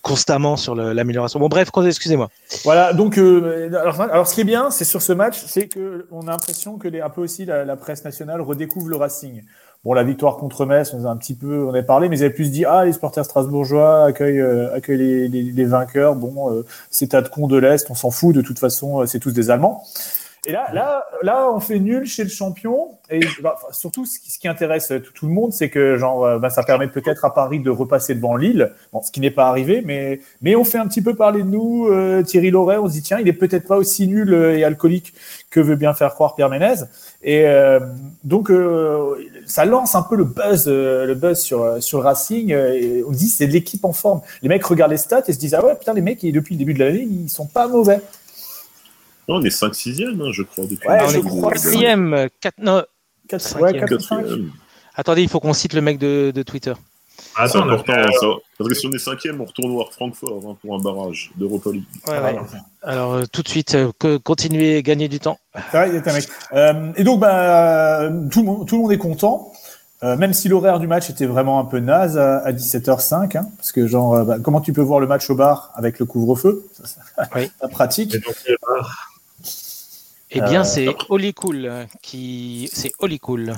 Constamment sur le- l'amélioration. Bon, bref, excusez-moi.
voilà. Donc, euh, alors, alors, ce qui est bien, c'est sur ce match, c'est que on a l'impression que les, un peu aussi la, la presse nationale redécouvre le Racing. Bon, la victoire contre Metz, on en a un petit peu, on en a parlé, mais ils avaient plus dit ah les supporters strasbourgeois accueillent euh, accueillent les, les- les vainqueurs. Bon, euh, ces tas de cons de l'est, on s'en fout. De toute façon, euh, c'est tous des Allemands. Et là, là, là, on fait nul chez le champion. Et bah, enfin, surtout, ce qui, ce qui intéresse euh, tout, tout le monde, c'est que genre, euh, bah, ça permet peut-être à Paris de repasser devant Lille, bon, ce qui n'est pas arrivé, mais, mais on fait un petit peu parler de nous. euh, Thierry Loret, on se dit tiens, il est peut-être pas aussi nul euh, et alcoolique que veut bien faire croire Pierre Ménez. Et euh, donc, euh, ça lance un peu le buzz, euh, le buzz sur euh, sur le Racing. euh, et on dit c'est l'équipe en forme. Les mecs regardent les stats et se disent ah ouais putain les mecs ils- depuis le début de l'année ils sont pas mauvais.
Non, on est 5-6e, hein, je crois. Depuis
Ouais,
le
je
début de
crois
la-
Quatrième, euh, quatre- non,
Quatre-
Cinquième.
ouais, quatre ou cinq.
Quatrième.
attendez, il faut qu'on cite le mec de, de Twitter.
C'est
Attends, on a
important,
fait, euh,
ça. Parce que si on est cinquième, on retourne voir Francfort hein, pour un barrage d'Europa League.
ouais.
Alors euh, tout de suite, euh, que, continuez, gagnez du temps.
C'est vrai, il était un mec. Euh, et donc, bah, tout, le monde, tout le monde est content. Euh, même si l'horaire du match était vraiment un peu naze à, à 17h05, hein, parce que genre, euh, bah, comment tu peux voir le match au bar avec le couvre-feu Ça, c'est
Oui.
pas pratique.
Et donc, il y a-
Eh bien,
Euh,
c'est Oli Cool euh, qui, c'est Oli Cool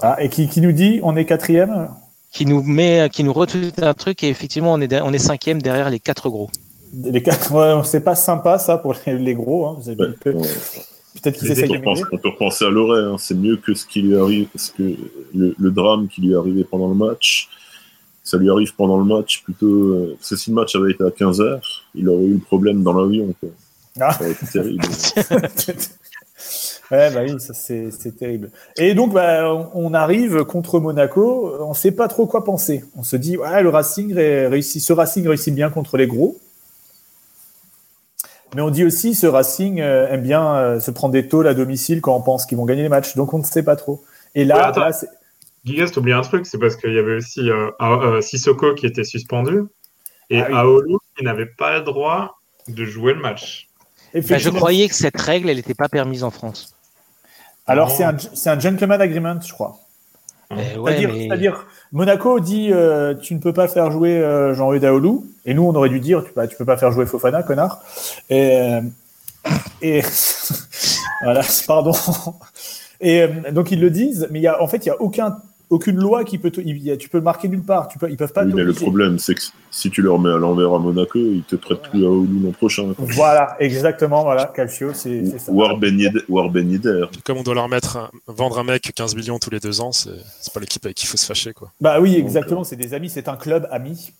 Ah, et qui, qui nous dit, on est quatrième.
qui nous met, qui nous retweet un truc et effectivement, on est, de- on est cinquième derrière les quatre gros.
Les quatre- ouais, c'est pas sympa ça pour les, les gros. hein. Vous avez-
Ouais,
peut-
ouais.
Peut-être qu'ils
On
essayent de
peut repenser-
m'aider.
on peut repenser à Loret, hein. c'est mieux que ce qui lui arrive, parce que le, le drame qui lui est arrivé pendant le match, ça lui arrive pendant le match plutôt. euh, Parce que si le match avait été à 15h, il aurait eu le problème dans l'avion. quoi.
Ah.
Ça aurait été terrible.
Ouais, bah oui, ça c'est c'est terrible. Et donc, bah, on- on arrive contre Monaco, on sait pas trop quoi penser. On se dit, ouais, le Racing ré- réussit, ce Racing réussit bien contre les gros. Mais on dit aussi, ce Racing euh, aime bien euh, se prendre des tôles à domicile quand on pense qu'ils vont gagner les matchs. Donc, on ne sait pas trop. Et
Ouais,
là,
attends.
là, c'est-
Gigas, t'oublies un truc, c'est parce qu'il y avait aussi euh, A- euh, Sissoko qui était suspendu et
Ah oui.
Aolo qui n'avait pas le droit de jouer le match.
Bah, je
effectivement.
croyais que cette règle, elle n'était pas permise en France.
Alors, c'est un, c'est un gentleman agreement, je crois.
Eh ouais,
C'est-à-dire,
mais-
c'est-à-dire, Monaco dit euh, tu ne peux pas faire jouer euh, Jean-Eudes Aoulou. Et nous, on aurait dû dire tu, bah, tu peux pas faire jouer Fofana, connard. Et, euh, et voilà, pardon. Et euh, donc, ils le disent, mais il y a, en fait, il n'y a aucun, aucune loi qui peut. te- il y a- tu peux le marquer nulle part. Tu peux, ils peuvent pas
Oui, mais le
t'obliger.
problème, c'est que si tu le remets à l'envers à Monaco, il te prête plus à Oulu l'an prochain. quoi.
Voilà, exactement, voilà, Calcio, c'est
Ou- Ben
c'est ça.
Ou Arben Yedder- ou Arben Yedder.
Comme on doit leur mettre un- vendre un mec 15 millions tous les deux ans, c'est c'est pas l'équipe avec qui il faut se fâcher. quoi.
Bah oui, exactement, c'est des amis, c'est un club ami.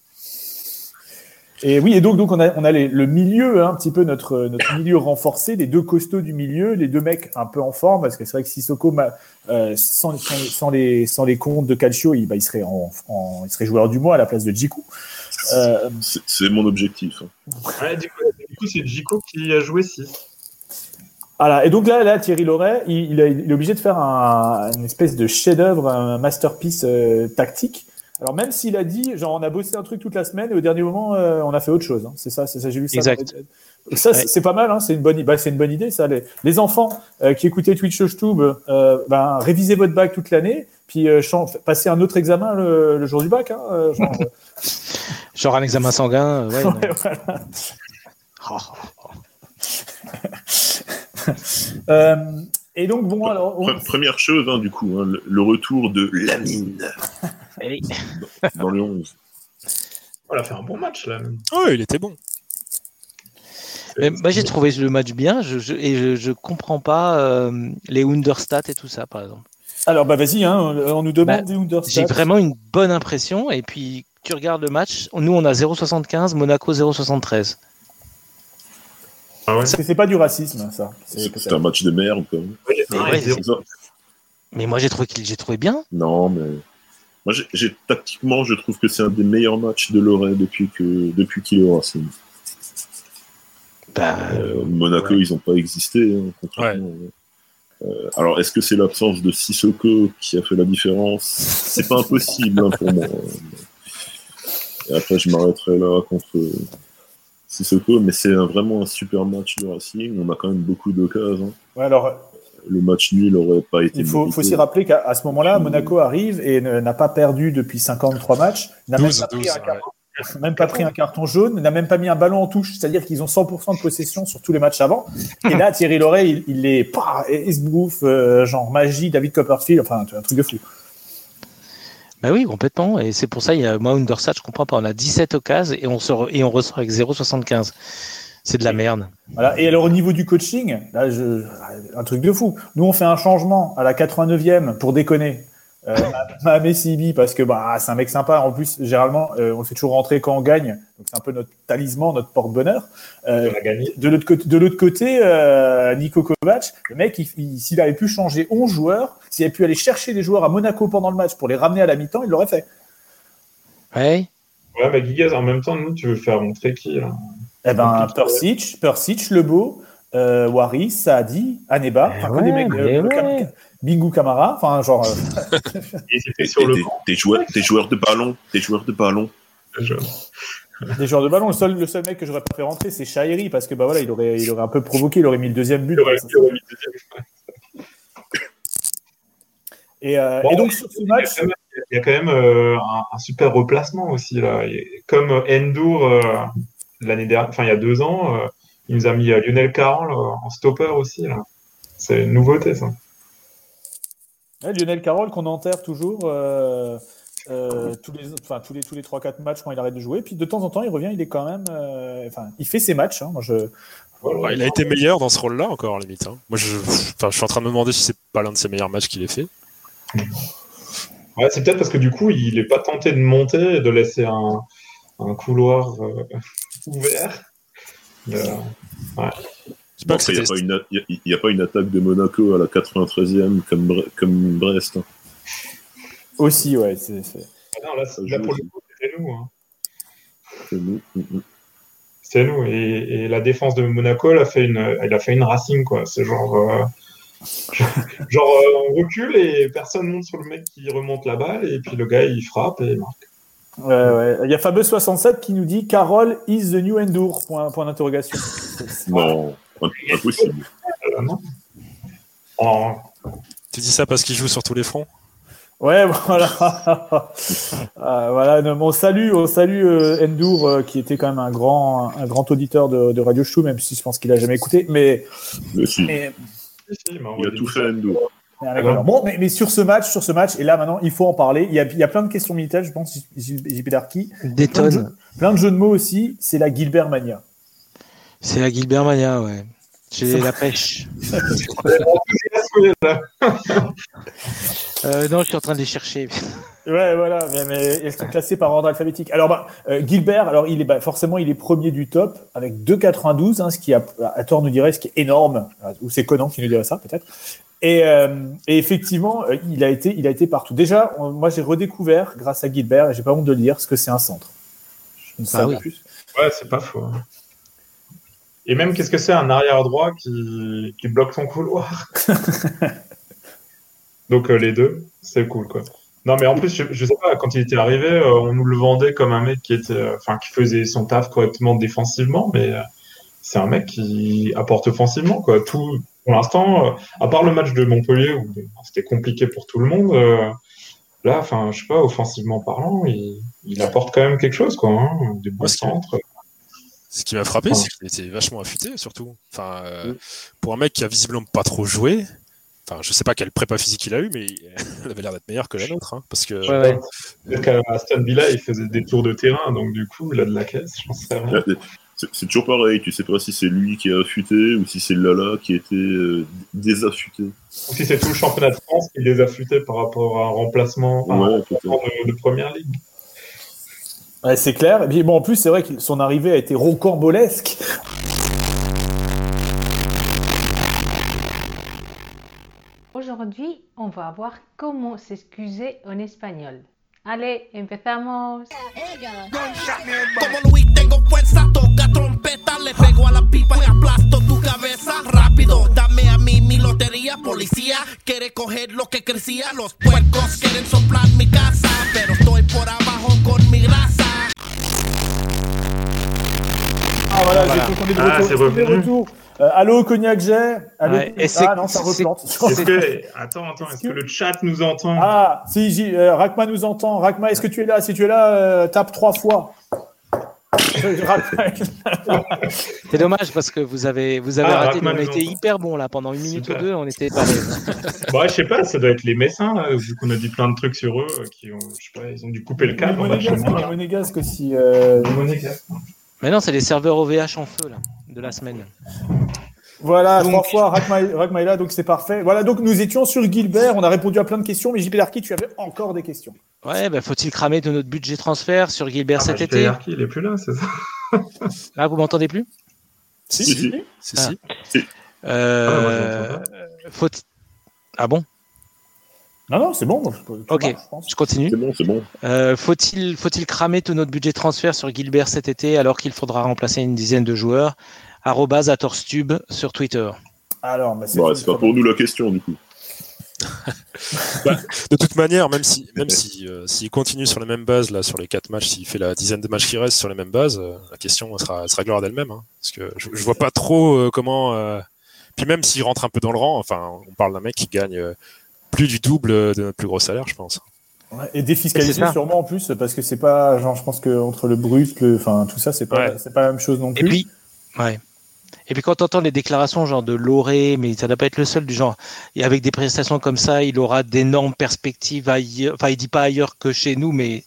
Et oui, et donc, donc on a, on a les- le milieu, hein, un petit peu notre, notre milieu renforcé, les deux costauds du milieu, les deux mecs un peu en forme, parce que c'est vrai que Sissoko, ma- euh, sans, sans, sans les, sans les comptes de Calcio, il, bah, il, serait en, en- il serait joueur du mois à la place de Jiku. Euh,
C'est c'est mon objectif. hein.
Ouais, du coup, du coup, c'est Jico qui a joué 6.
voilà, et donc là, là Thierry Loret, il, il, a- il est obligé de faire un, une espèce de chef-d'œuvre, un masterpiece euh, tactique. Alors même s'il a dit, genre on a bossé un truc toute la semaine et au dernier moment euh, on a fait autre chose. hein. C'est ça, c'est ça, j'ai vu ça.
Exact.
Donc Ça
Ouais.
c'est pas mal, hein. c'est une bonne, bah, c'est une bonne idée ça. Les, les enfants euh, qui écoutaient Twitch YouTube, euh, ben révisez votre bac toute l'année, puis euh, chan- passez un autre examen le, le jour du bac. Hein, euh, genre,
Genre un examen sanguin. euh, ouais, non.
Ouais, voilà.
Oh.
Euh, et donc bon alors. on-
Pre- première chose, hein, du coup, hein, le, le retour de Lamine
Eh oui.
dans le 11.
On a fait un bon match là.
Oh, il était bon.
Mais moi, j'ai trouvé le match bien je, je- et je, je comprends pas euh, les understats et tout ça, par exemple.
Alors bah vas-y, hein, on, on nous
Bah,
demande des understats.
J'ai vraiment une bonne impression. Et puis, tu regardes le match, nous, on a 0,75, Monaco 0,73.
Ah ouais.
C'est c'est pas du racisme ça. C'est-
C'est c'est un match de merde. Quand même.
Ouais,
Mais
un
Ah ouais,
et zéro.
Ils ont-
Mais moi, j'ai trouvé qu'il j'ai trouvé bien.
Non, mais. Moi, j'ai- j'ai tactiquement, je trouve que c'est un des meilleurs matchs de Loret depuis que depuis qu'il est au Racing.
Bah,
Euh, Monaco, ils n'ont pas existé, hein, concrètement. Euh, alors, est-ce que c'est l'absence de Sissoko qui a fait la différence C'est pas impossible hein, pour moi. Et après, je m'arrêterai là contre Sissoko, mais c'est un- vraiment un super match de Racing. On a quand même beaucoup d'occasions. hein.
Ouais, alors
Le match nul aurait pas été.
Il faut,
mérité.
faut s'y rappeler qu'à à ce moment-là, Monaco arrive et ne- n'a pas perdu depuis 53 matchs, n'a même, hein,
12,
pas pris
12,
un carton- même pas pris un carton jaune, n'a même pas mis un ballon en touche. C'est-à-dire qu'ils ont 100% de possession sur tous les matchs avant. Et là, Thierry Loret, il, il est pah, esbrouf, euh, genre magie, David Copperfield, enfin un truc de fou.
bah oui, complètement. Et c'est pour ça, il y a, moi, understat, je comprends pas. On a 17 occasions et on, se re- et on ressort avec 0,75. C'est de la merde.
Voilà. Et alors au niveau du coaching, là, je, un truc de fou. Nous, on fait un changement à la 89e pour déconner. Euh, Mahamé Sibi, parce que bah, c'est un mec sympa. En plus, généralement, euh, on le fait toujours rentrer quand on gagne. Donc c'est un peu notre talisman, notre porte-bonheur. Euh,
On a gagné.
de l'autre côté, de l'autre côté euh, Nico Kovac, le mec, il- il- s'il avait pu changer 11 joueurs, s'il avait pu aller chercher des joueurs à Monaco pendant le match pour les ramener à la mi-temps, il l'aurait fait.
Ouais.
Ouais, mais Gigas, en même temps, nous, tu veux faire montrer qui hein. là
Eh ben, Persic, Persic, Lebeau, euh, Waris, Saadi, Aneba,
Eh
enfin, que des
ouais,
mecs,
mais
euh, Cam-
ouais.
Cam- Bingu Camara, enfin, genre, euh,
Et c'était
Et-
sur
et
le
T'es
banc.
t'es joueur, t'es joueur de ballon, t'es joueur de ballon.
je-
des joueurs de ballon. Le seul, le seul mec que j'aurais pas fait rentrer, c'est Shairi, parce que, bah voilà, il aurait, il aurait un peu provoqué, il aurait mis le deuxième but.
j'aurais- j'aurais mis deuxième.
Et, euh,
Bon,
et donc, sur ce match,
Il y a quand même euh, un, un super replacement aussi là. Et Comme euh, Endur euh, l'année dernière, enfin il y a deux ans, euh, il nous a mis euh, Lionel Caran là, en stopper aussi là. C'est une nouveauté ça.
ouais, Lionel Carroll qu'on enterre toujours, euh, Euh, tous les, enfin, tous les, tous les 3-4 matchs quand il arrête de jouer. Puis de temps en temps, il revient, il est quand même. euh, enfin, il fait ses matchs. hein. Moi, je,
Ouais, il a été meilleur dans ce rôle-là encore, limite. hein. Moi, je, enfin, je suis en train de me demander si c'est pas l'un de ses meilleurs matchs qu'il ait fait.
Ouais, c'est peut-être parce que du coup, il est pas tenté de monter et de laisser un, un couloir euh, ouvert. Euh, ouais.
Je sais
Bon,
pas que
après,
c'était-
Il n'y a, pas une a- il y a- il y a pas une attaque de Monaco à la 93e comme, Bre- comme Brest. hein.
Aussi, ouais. c'est- c'est-
Ah non, là, c'est- là, pour le coup, c'était nous. hein.
C'est nous. Mm, mm.
C'était nous. Et, et la défense de Monaco, elle a fait une, elle a fait une racing, quoi. C'est genre. euh, genre, euh, on recule et personne monte sur le mec qui remonte la balle. Et puis le gars, il frappe et il marque.
ouais, ouais. Il y a Fabeux67 qui nous dit Carole is the new Endur. Point, point d'interrogation.
Non, imp- impossible.
Voilà, non Oh,
Tu dis ça parce qu'il joue sur tous les fronts
Ouais, voilà. Ah, voilà, non, mais on salue, on salue euh, Endur, euh, qui était quand même un grand, un grand auditeur de, de Radio Chou, même si je pense qu'il a jamais écouté. Mais,
Mais si,
mais,
si, si, il m'a
il a
envoyé
tout
des-
fait Endo.
mais alors, voilà. Bon, mais, mais sur ce match, sur ce match, et là maintenant, il faut en parler. Il y a, il y a plein de questions militaires, je pense, JP Darky. Plein de,
Des tonnes.
jeux, plein de jeux de mots aussi. C'est la Gilbert Mania.
C'est la Gilbert Mania, ouais. J'ai la pêche. Euh, non, je suis en train de les chercher.
Ouais, voilà, mais, mais elles sont classées par ordre alphabétique. Alors, bah, euh, Gilbert, alors il est bah, forcément il est premier du top avec 2,92, hein, ce qui à, à tort nous dirait ce qui est énorme, Euh, ou c'est Conan qui nous dirait ça peut-être. Et, euh, et effectivement, euh, il a été il a été partout. Déjà, on- moi j'ai redécouvert grâce à Gilbert, et j'ai pas honte de le dire, ce que c'est un centre. Je ne
Bah
savais
oui.
plus.
Ouais, c'est pas faux. Et même, qu'est-ce que c'est un arrière droit qui, qui bloque son couloir Donc, euh, les deux, c'est cool, quoi. Non, mais en plus, je, je sais pas, quand il était arrivé, euh, on nous le vendait comme un mec qui était, euh, enfin, qui faisait son taf correctement défensivement, mais euh, c'est un mec qui apporte offensivement, quoi. Tout, pour l'instant, euh, à part le match de Montpellier où bon, c'était compliqué pour tout le monde, euh, là, enfin, je sais pas, offensivement parlant, il, il apporte quand même quelque chose, quoi. hein, des bons
Parce que-
centres.
Ce qui m'a frappé,
Ouais.
c'est qu'il était vachement affûté, surtout. Enfin, euh, pour un mec qui a visiblement pas trop joué, enfin, je sais pas quelle prépa physique il a eu, mais il il avait l'air d'être meilleur que la nôtre, hein, parce que
Peut-être qu'à Aston Villa, il faisait des tours de terrain, donc du coup, il a de la caisse, j'en sais rien.
Là, c'est- c'est- C'est toujours pareil, tu sais pas si c'est lui qui est affûté ou si c'est Lala qui était euh, désaffûté.
Ou si c'est tout le championnat de France qui les a futés par rapport à un remplacement
Ah.
à un
Ouais, peut-être.
remplacement de, de première ligue.
Ouais, c'est clair. Et puis bon, en plus, c'est vrai que son arrivée a été rocambolesque.
Aujourd'hui, on va voir comment s'excuser en espagnol. Allez, empezamos.
Como Luis tengo fuerza, toca trompeta, le pego a la pipa y aplasto tu cabeza. Rápido, dame a mí mi lotería, policía. Quiere coger lo que crecía, los puercos quieren soplar mi casa. Pero estoy por abajo con mi grasa.
Ah voilà,
Voilà.
j'ai cru qu'on est de
Ah,
retour.
c'est
Est-ce qu'on est de
revenu.
retour. Euh, allô, Cognac Jet Allô,
Ouais, et c'est-
Ah non, ça
c'est-
replante.
Est-ce que... Attends, attends, est-ce que le chat nous entend
Ah, si, J- euh, Rakma nous entend. Rakma, est-ce que tu es là Si tu es là, euh, tape trois fois. Je rappelle.
C'est dommage parce que vous avez, vous avez
Ah,
raté. mais on
Rachman nous
était
entend.
hyper bon là. Pendant une minute
Super.
ou deux, on était pas mal.
Bah, je sais pas, ça doit être les Messins, là, vu qu'on a dit plein de trucs sur eux, euh, qui ont, je sais pas, ils ont dû couper le
Les
câble. bah, je sais
monégasques, les
pas.
monégasques aussi. euh,
Mais non, c'est les serveurs OVH en feu là, de la semaine.
Voilà,
Donc-
trois fois Rakma, Rakma est là, donc c'est parfait. Voilà, donc nous étions sur Gilbert. On a répondu à plein de questions, mais JP Darky, tu avais encore des questions.
Ouais, bah, faut-il cramer de notre budget transfert sur Gilbert
Ah,
cet
bah,
été
JPR, il est plus là, c'est ça
Là, vous m'entendez plus
Si,
Si,
si,
si.
si, si.
Ah, bah,
Euh, faut Ah bon
Non, non, c'est bon. donc, tout
Ok.
marche, je pense.
Je continue.
C'est bon, c'est bon.
Euh, faut-il, faut-il cramer tout notre budget transfert sur Gilbert cet été alors qu'il faudra remplacer une dizaine de joueurs Arrobase à Torstube sur Twitter.
Alors, bah,
Bah, c'est pas pour nous la question du coup.
De toute manière, même si, même si, euh, s'il continue sur les mêmes bases là, sur les quatre matchs, s'il fait la dizaine de matchs qui restent sur les mêmes bases, euh, la question sera, sera gloire d'elle-même, hein. parce que je, je vois pas trop euh, comment. euh, Puis même s'il rentre un peu dans le rang, enfin, on parle d'un mec qui gagne euh, plus du double euh, de notre plus gros salaire, je pense.
Ouais, Et
C'est
défiscalisé
ça.
sûrement en plus, parce que c'est pas, genre, je pense que entre le brut, le, enfin, tout ça, c'est pas,
Ouais.
c'est pas la même chose non
Et
plus.
puis, ouais. Et puis quand tu entends les déclarations genre de Loré, mais ça ne doit pas être le seul du genre, et avec des prestations comme ça, il aura d'énormes perspectives ailleurs. Enfin, il dit pas ailleurs que chez nous, mais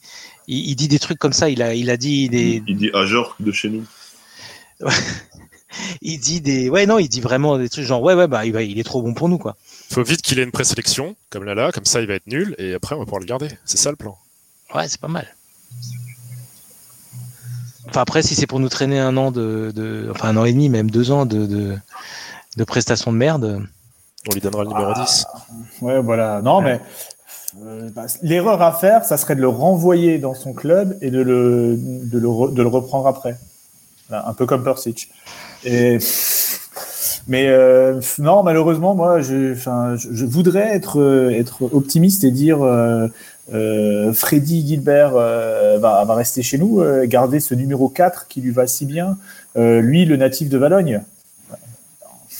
il, il dit des trucs comme ça. Il a, il a dit des,
Il dit Ajorc de chez nous.
il dit des, ouais non, il dit vraiment des trucs genre ouais ouais bah il, va- il est trop bon pour nous quoi.
faut vite qu'il ait une présélection, comme là, là, comme ça il va être nul, et après on va pouvoir le garder. C'est ça le plan.
Ouais, c'est pas mal. Enfin après, si c'est pour nous traîner un an de, de- enfin un an et demi, même deux ans de, de, de prestations de merde.
On lui donnera le numéro 10.
Ouais, voilà. Non, mais euh, bah, l'erreur à faire, ça serait de le renvoyer dans son club et de le, de le, re- de le reprendre après. Voilà, un peu comme Persic. Et... Mais euh, non, malheureusement, moi, je, enfin, je, je voudrais être, euh, être optimiste et dire euh, euh, Freddy Gilbert euh, va, va rester chez nous, euh, garder ce numéro 4 qui lui va si bien. Euh, lui, le natif de Valogne.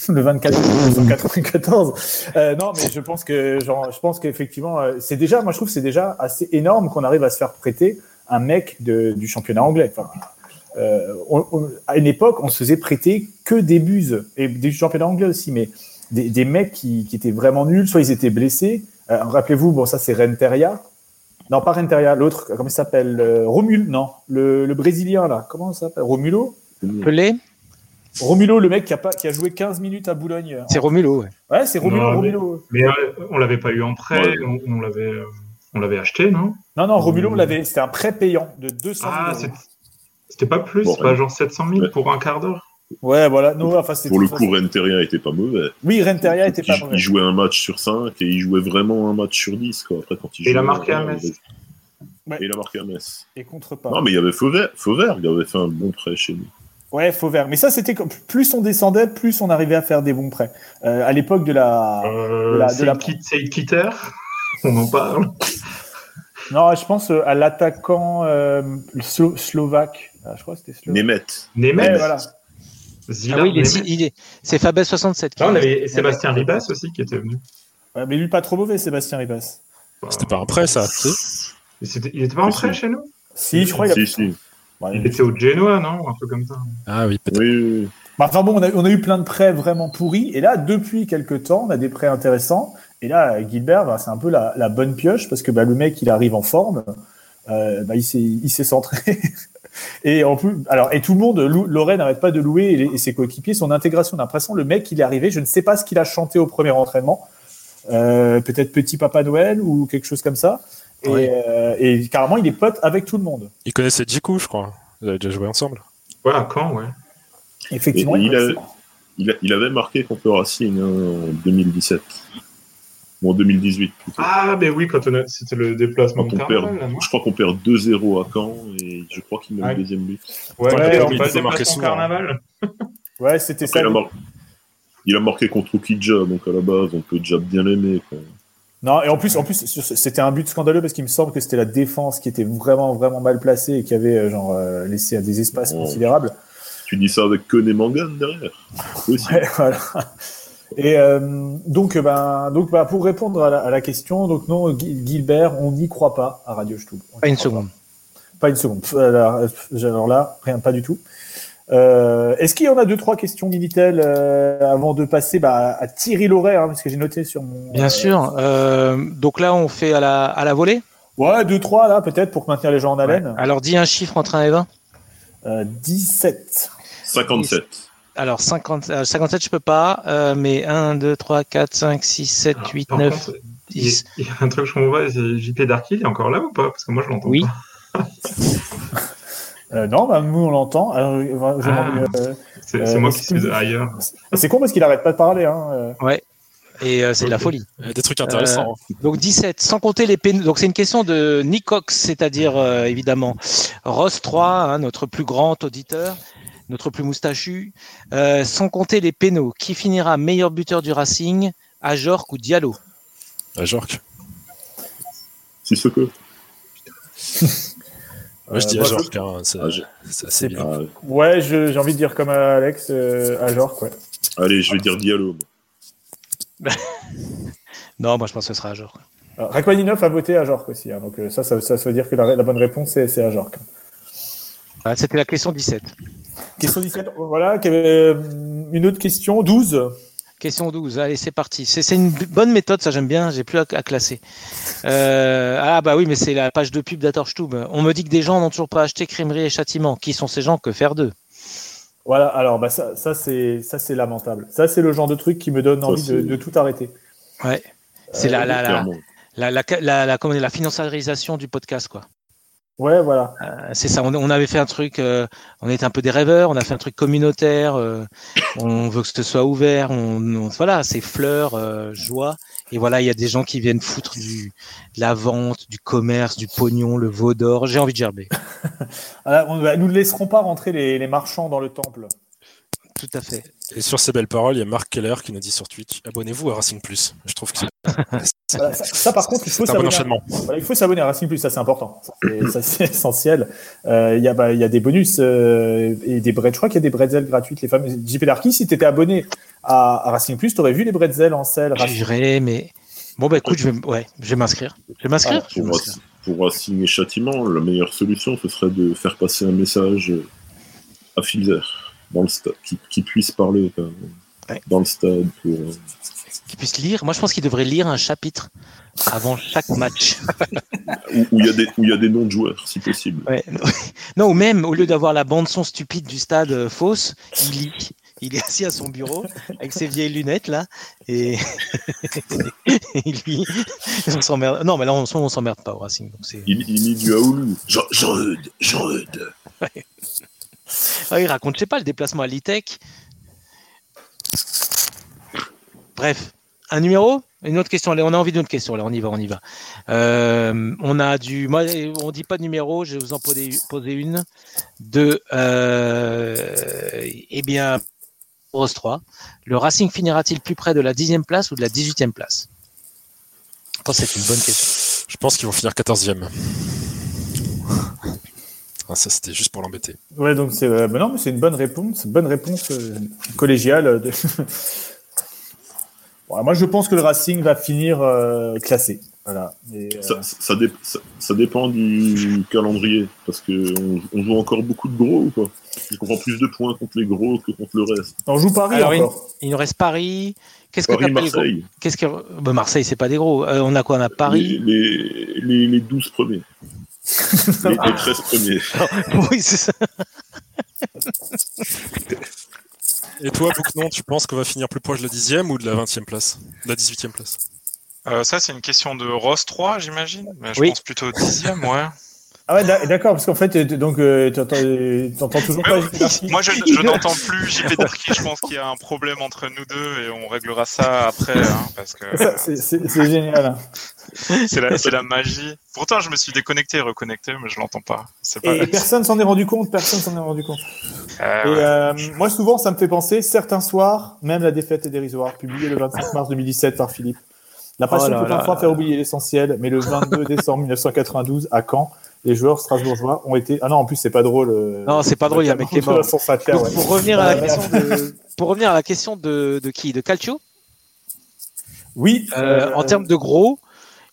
le 24 août 1994. Euh, non, mais je pense que, genre, je pense qu'effectivement, euh, c'est déjà, moi je trouve, que c'est déjà assez énorme qu'on arrive à se faire prêter un mec de- du championnat anglais. Enfin, euh, on- on- à une époque, on se faisait prêter que des buses et des championnats anglais aussi, mais des, des mecs qui, qui étaient vraiment nuls, soit ils étaient blessés. Euh, Rappelez-vous, bon, ça c'est Renteria. Non, pas Renteria, l'autre, comment il s'appelle Euh, Romul, non, le, le Brésilien là, comment ça s'appelle Romulo
Pelé,
Romulo, le mec qui a, pas, qui a joué 15 minutes à Boulogne.
c'est Romulo. Ouais.
Ouais, c'est Romulo,
Non, mais-
Romulo.
Mais euh, on l'avait pas eu en prêt,
Ouais.
on, on l'avait, euh, on l'avait acheté, non
Non, non, Romulo,
Euh,
on l'avait- c'était un prêt payant de 200
Ah,
euros.
c'est- c'était pas plus,
Bon,
pas
ouais.
genre 700 000
Ouais.
pour un quart d'heure
Ouais, voilà. Non, enfin, c'était-
Pour le coup, Renteria était pas mauvais.
Oui, Renteria était
il,
pas
jou-
mauvais.
il jouait un match sur 5 et il jouait vraiment un match sur 10. Quoi. Après, quand il
Et il a
jouait,
marqué à
voilà,
Metz.
il avait-
Ouais.
Et il a marqué à Metz.
Et contre pas.
Non, mais il y avait Fauvert. Fauvert, il avait fait un bon prêt chez nous.
Ouais, Fauvert. Mais ça, c'était comme- plus on descendait, plus on arrivait à faire des bons prêts. Euh, à l'époque de la.
Euh,
de la- de
C'est
la-
Kit- c'est Kitter On en parle
Non, je pense euh, à l'attaquant euh, slo- slovaque. Ah, je crois que c'était slovaque.
Nemeth.
Ouais,
Nemeth
voilà.
Zidane,
Ah oui, il est,
Nemeth.
il est- c'est Fabès 67. qui-
Là, Ah, on avait Sébastien Ribas aussi qui était venu.
Ouais, mais lui, pas trop mauvais, Sébastien Ribas.
C'était pas un prêt ça. si
Et c'était- Il était pas en
Si,
prêt
si.
chez nous
Si, je crois. il a-
Si, si. Oui,
Ouais.
Il était au Genoa, non Un peu comme ça.
Ah oui, peut-être.
oui, oui.
Bah, enfin bon, on a, on a eu plein de prêts vraiment pourris. Et là, depuis quelques temps, on a des prêts intéressants. Et là, Gilbert, bah, c'est un peu la, la bonne pioche parce que bah, le mec, il arrive en forme. Euh, bah, il s'est il s'est centré. et en plus, alors, et tout le monde, lou- Lorraine n'arrête pas de louer et, les- et ses coéquipiers son intégration. On a l'impression le mec, il est arrivé. Je ne sais pas ce qu'il a chanté au premier entraînement. Euh, Peut-être Petit Papa Noël ou quelque chose comme ça. Et,
Ouais.
euh, et carrément, il est pote avec tout le monde.
Ils connaissaient Jiku, je crois. Ils avaient déjà joué ensemble.
Voilà, quand, ouais.
Effectivement,
Et- et
il
il a-
est-
Il, a- il avait marqué contre le Racing hein, en 2017. Ou en 2018, plutôt.
Ah, mais oui, quand on a- c'était le déplacement
Quand
de
on
Carnaval, là, non
perd, je crois qu'on perd 2-0 à Caen et je crois qu'il met
Ouais.
le deuxième but.
Ouais,
Ouais,
on
il
passe
faut
des
marquer
places en
souvent.
Carnaval.
ouais, c'était
Après,
ça.
il, a mar- il a marqué contre Ukidja, donc à la base, on peut déjà bien l'aimer. quoi.
Non, et en plus, en plus, sur ce- c'était un but scandaleux parce qu'il me semble que c'était la défense qui était vraiment, vraiment mal placée et qui avait euh, genre euh, laissé à des espaces
Oh.
considérables.
Tu dis ça avec Kone Mangan derrière. Aussi.
Ouais, voilà. Et euh, donc, euh, ben, donc, bah, pour répondre à la, à la question, donc non, Gui- Gilbert, on n'y croit pas à Radio Stub.
Pas une seconde.
Pas une seconde. Pff, Alors, euh, pff, alors là, rien, pas du tout. Euh, Est-ce qu'il y en a deux, trois questions Minitel euh, avant de passer bah, à Thierry Loret, hein, parce que j'ai noté sur mon.
Bien
euh,
sûr. euh, donc là, on fait à la, à la volée.
Ouais, deux, trois là, peut-être pour maintenir les gens en
Ah, ben.
haleine.
Alors, dis un chiffre entre 1 et 20.
Euh, 17.
57.
Alors, 50, euh, 57, je peux pas, euh, mais 1, 2, 3, 4, 5, 6, 7,
Alors,
8,
Ah, par
9,
contre, il,
10.
il y a un truc que je comprends pas, c'est JP Darky, il est encore là ou pas Parce que moi, je l'entends
Oui.
pas.
Euh, non, bah, nous on l'entend. Alors, je- je-
Ah.
euh,
C'est
Euh,
c'est moi qui
excuse-
suis ailleurs.
c'est con parce qu'il arrête pas de parler. Hein. euh.
Et euh, c'est de la folie.
Euh, Des trucs intéressants.
Donc 17, sans compter les pénaux. Donc c'est une question de Nick Cox, c'est-à-dire euh, évidemment Ross 3, hein, notre plus grand auditeur, notre plus moustachu, euh, sans compter les pénaux. Qui finira meilleur buteur du Racing Ajorc ou Diallo
Euh, À Jork.
C'est ce que.
Moi je
Euh,
dis
moi,
à
je-
Jork. hein, c'est-
Ah, je-
C'est assez bien.
Ah,
Ouais, je- j'ai envie de dire comme euh, Alex, euh, à genre quoi.
allez, je vais dire Diallo. moi.
Non, moi je pense que ce sera Ajorc.
Euh, Rachmaninov a voté à Jork aussi. hein, donc euh, ça, ça, ça veut dire que la, la bonne réponse c'est c'est à Jork.
Ah, C'était la question 17.
Question 17, voilà, qui avait, euh, une autre question, 12.
Question 12, allez, c'est parti. C'est c'est une b- bonne méthode, ça j'aime bien, j'ai plus à, à classer. Euh, ah bah oui, mais c'est la page de pub d'Atorstube. On me dit que des gens n'ont toujours pas acheté Crémerie et Châtiment. Qui sont ces gens Que faire d'eux
Voilà, alors bah, ça, ça c'est ça c'est lamentable. Ça c'est le genre de truc qui me donne envie de,
c'est-
de tout arrêter.
Ouais, c'est
Euh,
la, la, la,
Clairement.
la, la, la, la- comment dire, la financiarisation du podcast, quoi.
Ouais, voilà.
Euh, C'est ça, on, on avait fait un truc, euh, on était un peu des rêveurs, on a fait un truc communautaire, euh, on veut que ce soit ouvert, on, on- voilà, c'est fleurs, euh, joie, et voilà, il y a des gens qui viennent foutre du, de la vente, du commerce, du pognon, le veau d'or, j'ai envie de gerber,
Voilà, on- bah, nous ne laisserons pas rentrer les, les marchands dans le temple.
tout à fait.
Et sur ces belles paroles, il y a Marc Keller qui nous dit sur Twitch Abonnez-vous à Racing Plus. Je trouve que c'est
Ah, Voilà, ça, ça, par contre, il faut
c'est un bon
s'abonner. à-
enchaînement.
Voilà, il faut s'abonner à Racing Plus, ça c'est important, Ça, c'est- ça c'est essentiel. Euh, Il y, a, bah, il y a des bonus euh, et des bretzels. Je crois qu'il y a des bretzels gratuites. Les fameuses JP Darky, si t'étais abonné à, à Racing Plus, t'aurais vu les bretzels en selle. Racing-
J'irai, mais bon, bah écoute, je vais, m- ouais, je vais m'inscrire, je vais m'inscrire, Je vais
Pour,
m'inscrire.
ass- pour assigner châtiment, la meilleure solution, ce serait de faire passer un message euh, à Filzer dans le stade, qui, qui puisse parler euh,
Ouais.
dans le stade pour euh,
qu'ils puissent lire, moi je pense qu'ils devraient lire un chapitre avant chaque match.
où où il y a des où il y a des noms de joueurs, si possible.
Ouais. Non, ou même, au lieu d'avoir la bande-son stupide du stade euh, fausse, il lit. Il est assis à son bureau avec ses vieilles lunettes là et, et lui, on s'emmerde. Non, mais là on on s'emmerde pas au Racing. donc c'est-
Il, il lit du Aoulou. Jean- Jean-Eudes, Jean-Eudes.
Ah, il raconte, je sais pas, le déplacement à E l'ITEC. Bref, un numéro, une autre question. Allez, on a envie d'une autre question. Là, on y va, on y va. Euh, on a du, moi, on dit pas de numéro. Je vais vous en poser, poser une de, euh, eh bien, Rose 3. Le Racing finira-t-il plus près de la 10e place ou de la 18e place Je pense que c'est une bonne question.
Je pense qu'ils vont finir 14e. Ah, ça, c'était juste pour l'embêter.
Ouais, donc c'est euh, bah non, mais c'est une bonne réponse, bonne réponse euh, collégiale. de- Voilà, moi, je pense que le Racing va finir euh, classé. Voilà. Et, euh,
Ça, ça dé- ça- ça dépend du calendrier, parce qu'on on joue encore beaucoup de gros ou quoi Je comprends plus de points contre les gros que contre le reste.
On joue Paris
Alors,
encore.
Il nous reste Paris. Qu'est-ce que
Paris,
t'appelles gros
Marseille,
Qu'est-ce que bah, Marseille, c'est pas des gros. Euh, on a quoi On a Paris.
Les, les, les- les 12 premiers. les, les 13 premiers.
oui, c'est ça.
Et toi, Boucnon, tu penses qu'on va finir plus proche de la 10e ou de la 20e place De la 18e place
Euh, ça, c'est une question de Ross 3, j'imagine. Mais je
Oui.
pense plutôt au dixième, ouais.
Ah ouais, d'a- d'accord, parce qu'en fait, euh, donc euh, t'entends euh, t'entends toujours pas. JP Darky
Moi, je, je n'entends plus JP Darky. Je pense qu'il y a un problème entre nous deux et on réglera ça après, hein, parce que
Ça, c'est- C'est c'est génial.
c'est la, c'est la magie. Pourtant, je me suis déconnecté et reconnecté, mais je l'entends pas. C'est pas.
Et personne s'en est rendu compte, personne s'en est rendu compte.
Euh,
Ah
Et
ouais.
euh, moi, souvent, ça me fait penser, certains soirs, même la défaite est dérisoire, publié le 25 mars 2017 par Philippe. La passion
Oh là
peut
là
parfois
là
faire oublier l'essentiel, mais le 22 décembre 1992, à Caen, les joueurs strasbourgeois ont été. Ah non, en plus, c'est pas drôle. euh,
Non, c'est pas drôle, il y a un mec qui est mort.
Sans sa terre,
Donc,
ouais.
pour revenir à la
Ouais,
question de, pour revenir à la question de, de qui, de Calcio.
Oui,
Euh,
euh,
En termes de gros,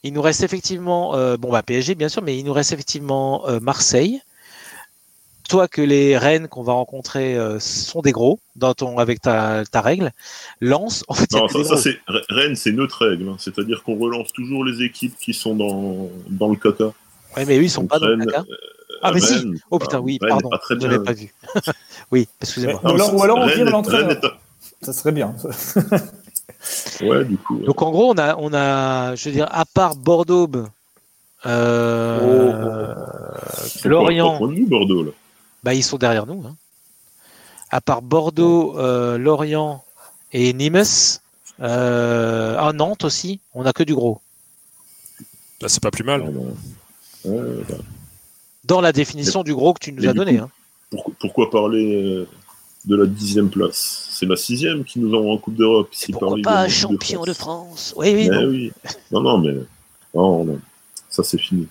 il nous reste effectivement, euh, bon bah PSG bien sûr, mais il nous reste effectivement euh, Marseille. Toi que les Rennes qu'on va rencontrer euh, sont des gros dans ton avec ta, ta règle. Lens, en fait, il y a
Non,
que
ça,
des
ça,
gros.
c'est Re- Rennes, c'est notre règle. hein. C'est-à-dire qu'on relance toujours les équipes qui sont dans, dans le caca.
Ouais, mais eux ils sont
Donc
pas dans le
Rennes, euh,
caca. Ah mais si.
Rennes,
Oh putain, oui,
Rennes
pardon,
est pas très
je l'avais
bien.
pas vu. oui, excusez-moi.
Ou alors- ou alors on
Rennes
vire
est-
l'entraîneur.
Rennes
ça serait bien.
est- Ouais, du coup. ouais.
Donc en gros, on a, on a, je veux dire, à part Bordeaux,
Oh,
euh,
Ils sont
Lorient.
pas à trois points de nous, Bordeaux, là.
bah, ils sont derrière nous. hein. À part Bordeaux, euh, Lorient et Nîmes, euh, ah, Nantes aussi, on a que du gros.
Là, c'est pas plus mal.
Ah, non. Ouais, bah,
Dans la définition du gros que tu nous
mais
as
du
donné.
coup-
hein.
pourquoi, pourquoi parler euh, de la dixième place C'est la sixième qui nous envoie en Coupe d'Europe. Si
Pourquoi
Paris gagne
pas
en Coupe
champion de
France.
France Oui, oui.
Mais
non.
Eh oui. Non, non, mais. Non, non. Ça, c'est fini.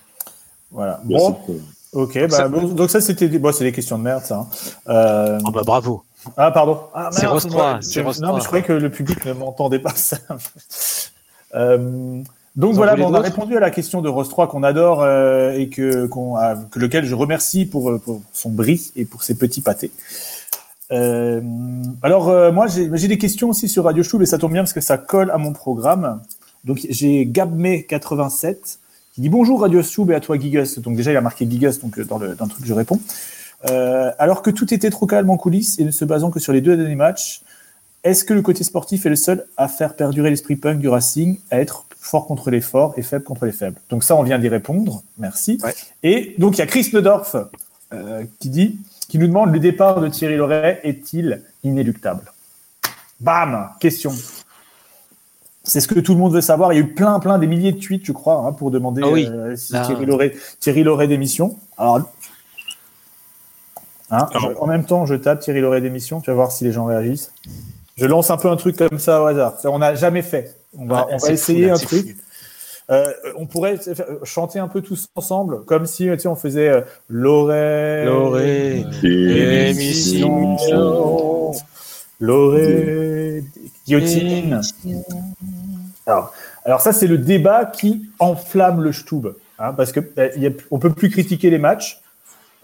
Voilà.
Là,
Bon,
c'est con.
ok. bah,
Ça-
bon, donc, ça, c'était des... bon, c'est des questions de merde, ça. hein. Euh,
Ah, bah, bravo.
Ah, pardon. Ah,
C'est
merde,
Rose
je-
3,
je-
c'est Rose
Non, mais
3.
je croyais que le public ne m'entendait pas ça. Euh, Donc
Vous en
voilà,
voulez
bon, on a
d'autres
répondu à la question de Rose 3 qu'on adore euh, et que, qu'on a- que lequel je remercie pour, euh, pour son bris et pour ses petits pâtés. Euh, alors euh, moi j'ai j'ai des questions aussi sur Radio Chou, mais ça tombe bien parce que ça colle à mon programme. Donc j'ai Gabme87 qui dit bonjour Radio Chou et à toi Gigas. Donc déjà il a marqué Gigas donc euh, dans le, dans le truc je réponds. Euh, alors que tout était trop calme en coulisses et ne se basant que sur les deux derniers matchs, est-ce que le côté sportif est le seul à faire perdurer l'esprit punk du Racing, à être fort contre les forts et faible contre les faibles Donc ça, on vient d'y répondre. Merci. Et donc il y a Chris Nedorf euh, qui dit, qui nous demande le départ de Thierry Loret est-il inéluctable Bam, question. C'est ce que tout le monde veut savoir. Il y a eu plein, plein, des milliers de tweets, je crois, hein, pour demander
Ah oui.
euh, si
Là.
Thierry Loret, Thierry Loret démission. Alors, Hein, je- en même temps, je tape Thierry Loret d'émission, tu vas voir si les gens réagissent. Je lance un peu un truc comme ça au hasard. Ça, on n'a jamais fait. On va,
Ah,
on
c'est
va
fou,
essayer
là,
un
c'est
truc. Euh, on pourrait tu sais, faire- euh, chanter un peu tous ensemble, comme si tu sais, on faisait euh, Loret.
Loret,
euh, d'émission, Loret. Guillotine. Alors, alors ça, c'est le débat qui enflamme le Stub. parce ben, qu'on ne peut plus critiquer les matchs.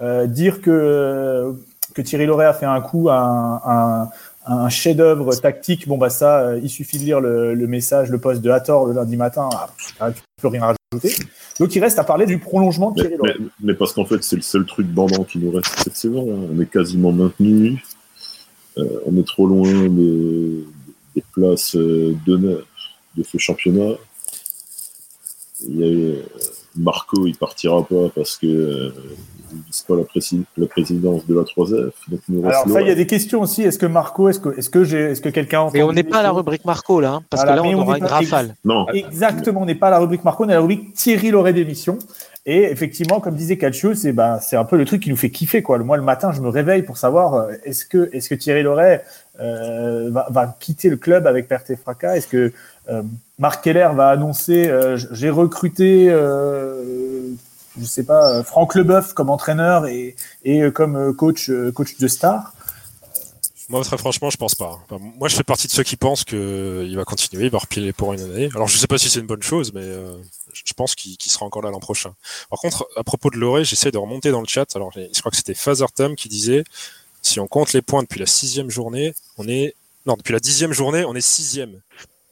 Euh, dire que, que Thierry Loret a fait un coup, un, un- un chef-d'œuvre tactique, bon, bah ça, euh, il suffit de lire le, le message, le poste de Hathor le lundi matin. Ah, ah, tu peux rien rajouter. Donc, il reste à parler du prolongement de
Mais,
Thierry Loret.
mais- mais parce qu'en fait, c'est le seul truc bandant qui nous reste cette saison. hein. On est quasiment maintenu. Euh, on est trop loin des, des places euh, d'honneur de ce championnat. Il y a, euh, Marco, il partira pas parce que euh, il vise pas la, prési- la présidence de la 3F. Donc il nous reste
Alors, ça, il y a
Laurent.
des questions aussi. Est-ce que Marco, est-ce que, est-ce que, j'ai- est-ce que quelqu'un. a
Mais on
entendu
n'est pas à la rubrique Marco là, hein, parce
Voilà,
que
Ah, mais
là on, aura
n'est
une
pas-
rafale.
ex- Exactement, on n'est pas à la rubrique Marco, on est à la rubrique Thierry Loret d'émission. Et effectivement, comme disait Calcio, c'est ben, c'est un peu le truc qui nous fait kiffer. Quoi. Moi, le matin, je me réveille pour savoir euh, est-ce que, est que Thierry Loret euh, va, va quitter le club avec Perte et Fracas Est-ce que euh, Marc Keller va annoncer euh, j- j'ai recruté, euh, je sais pas, euh, Franck Leboeuf comme entraîneur et, et euh, comme euh, coach, euh, coach de star
Moi, très franchement, je pense pas. Enfin, moi, je fais partie de ceux qui pensent que euh, il va continuer, il va repiler pour une année. Alors, je sais pas si c'est une bonne chose, mais euh, je je pense qu'il qu'il sera encore là l'an prochain. Par contre, à propos de Loré, j'essaie de remonter dans le chat. Alors, je crois que c'était Phasertum qui disait si on compte les points depuis la sixième journée, on est non depuis la dixième journée, on est sixième.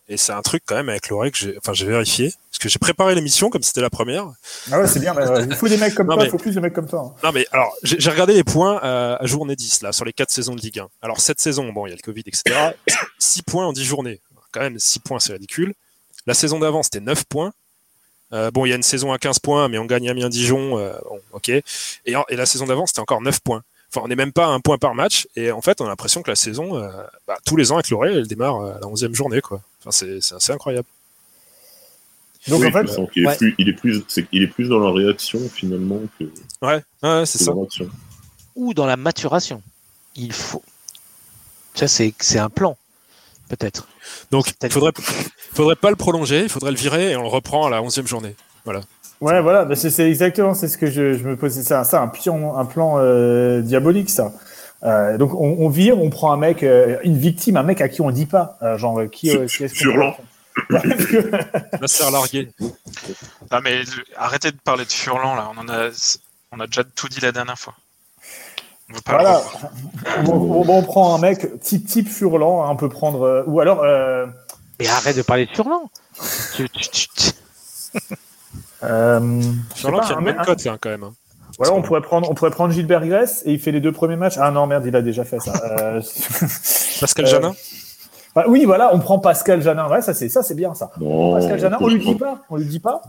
Et c'est un truc quand même avec Loré que j'ai, enfin, j'ai vérifié parce que j'ai préparé l'émission comme c'était la première.
Ah ouais, c'est bien, bah, ouais, il faut des mecs comme
Non,
toi,
mais-
il faut plus de mecs comme toi. hein.
Non, mais alors, j'ai j'ai regardé les points euh, à journée 10, là, sur les 4 saisons de Ligue 1. Alors, cette saison, bon, il y a le Covid, etc. 6 points en 10 journées. Quand même, 6 points, c'est ridicule. La saison d'avant, c'était 9 points. Euh, bon, il y a une saison à 15 points, mais on gagne Amiens-Dijon. euh, bon, ok. Et, en- et la saison d'avant, c'était encore 9 points. Enfin, on n'est même pas à un point par match. Et en fait, on a l'impression que la saison, euh, bah, tous les ans, avec l'Oreille, elle démarre euh, à la 11e journée, quoi. Enfin, c'est c'est assez incroyable.
Oui, je sens qu'il est
ouais.
plus- il est plus- c'est- il est plus dans la réaction finalement que
Ouais, ouais, c'est
que
ça.
dans l'action.
Ou dans la maturation. Il faut. Ça, c'est c'est un plan, peut-être.
Donc, il faudrait, faudrait pas le prolonger, il faudrait le virer et on le reprend à la 11e journée. Voilà.
Ouais, voilà, bah, c'est c'est exactement c'est ce que je, je me posais. Ça, ça un pion, un plan euh, diabolique, ça. Euh, donc on, on vire, on prend un mec, euh, une victime, un mec à qui on dit pas, euh, genre euh, qui, euh, qui est-ce qu'on-
Furlan.
va se faire larguer.
Ah, mais le- arrêtez de parler de Furlan, là. On, en a... on a déjà tout dit la dernière fois. On veut pas le
Voilà.
revoir.
On, on- on prend un mec type type Furlan, hein, on peut prendre euh, ou alors. euh,
Mais arrête de parler de surnom. Tu- tu- tu- tu-
euh, je sais
Furlan
pas,
qui a
un
une
mec-
bonne cote, là, quand même. hein.
Ou alors on pourrait prendre, on pourrait prendre Gilbert Gress et il fait les deux premiers matchs. Ah non merde, il a déjà fait ça. Euh,
Pascal
Euh,
Janin
bah oui, voilà, on prend Pascal Janin. Ouais, ça c'est ça, c'est bien ça.
Non,
Pascal Janin, on
je
lui dit
pense-
pas, on lui dit pas.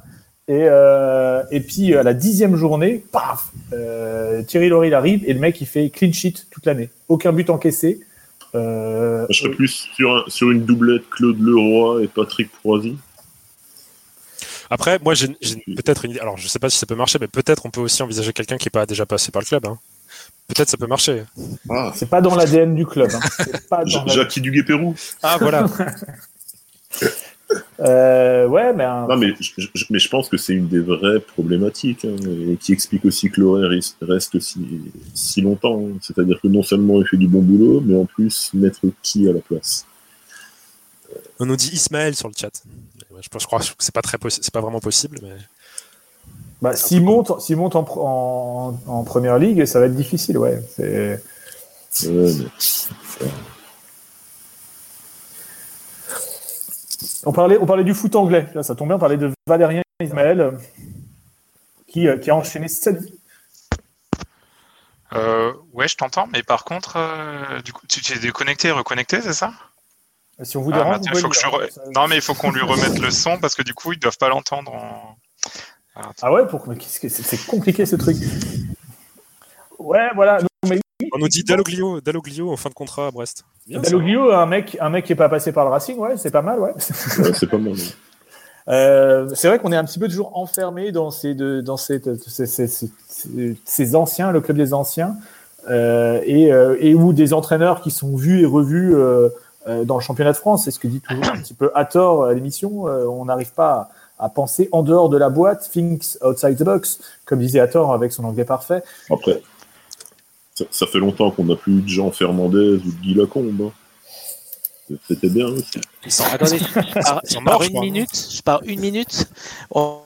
Et, euh, et puis à la dixième journée, paf, euh, Thierry Lory il arrive et le mec il fait clean sheet toute l'année, aucun but encaissé. Euh,
Je serais plus sur, un- sur une doublette Claude Leroy et Patrick Proisy.
Après, moi, j'ai j'ai peut-être une idée. Alors, je sais pas si ça peut marcher, mais peut-être on peut aussi envisager quelqu'un qui n'est pas déjà passé par le club. hein. Peut-être ça peut marcher.
C'est pas dans l'ADN du club. hein. C'est pas dans
Ja-
la-
Jackie Duguay-Pérou.
Ah, voilà.
Euh, ouais, mais un-
Non, mais je, je- mais je pense que c'est une des vraies problématiques hein, et qui explique aussi que l'horaire ris- reste si, si longtemps. hein. C'est-à-dire que non seulement il fait du bon boulot, mais en plus, mettre qui à la place
On nous dit Ismaël sur le chat. Ouais, je, pense- je crois que c'est pas très possi- c'est pas vraiment possible, mais
Bah, s'il monte, s'il monte en, pr- en, en première ligue, ça va être difficile, ouais. C'est. On parlait, on parlait du foot anglais. Là, ça tombe bien. On parlait de Valérien Ismaël, euh, qui, euh, qui a enchaîné sept.
Euh, ouais, je t'entends, mais par contre, euh, du coup, tu tu es déconnecté et reconnecté, c'est ça
Si on vous
Ah,
bah,
dérange,
mais
vous
attends, il faut
pouvez
que je
le
re- Non, mais il faut qu'on lui remette le son parce que du coup, ils doivent pas l'entendre. en-
Ah ouais, pour... mais qu'est-ce que c'est c'est compliqué ce truc. Ouais, voilà. non, mais oui,
on nous dit Dalloglio, Dalloglio en fin de contrat à Brest. Bien, ça.
Dalloglio, un mec, un mec qui est pas passé par le Racing, ouais, c'est pas mal, ouais.
Ouais, c'est pas mal. hein.
Euh, c'est vrai qu'on est un petit peu toujours enfermé dans ces deux- dans cette- ces, ces- ces- ces- ces anciens, le club des anciens, euh, et, euh, et où des entraîneurs qui sont vus et revus euh, euh, dans le championnat de France. C'est ce que dit toujours un petit peu à tort à l'émission. euh, on n'arrive pas à, à penser en dehors de la boîte, thinks outside the box, comme disait à tort avec son anglais parfait.
Après, ça, ça fait longtemps qu'on n'a plus eu de Jean Fernandez ou de Guy Lacombe. hein. C'était bien aussi.
Attendez, par,
Ils sont
par
morts, je
une
crois.
minute, je pars une minute. On...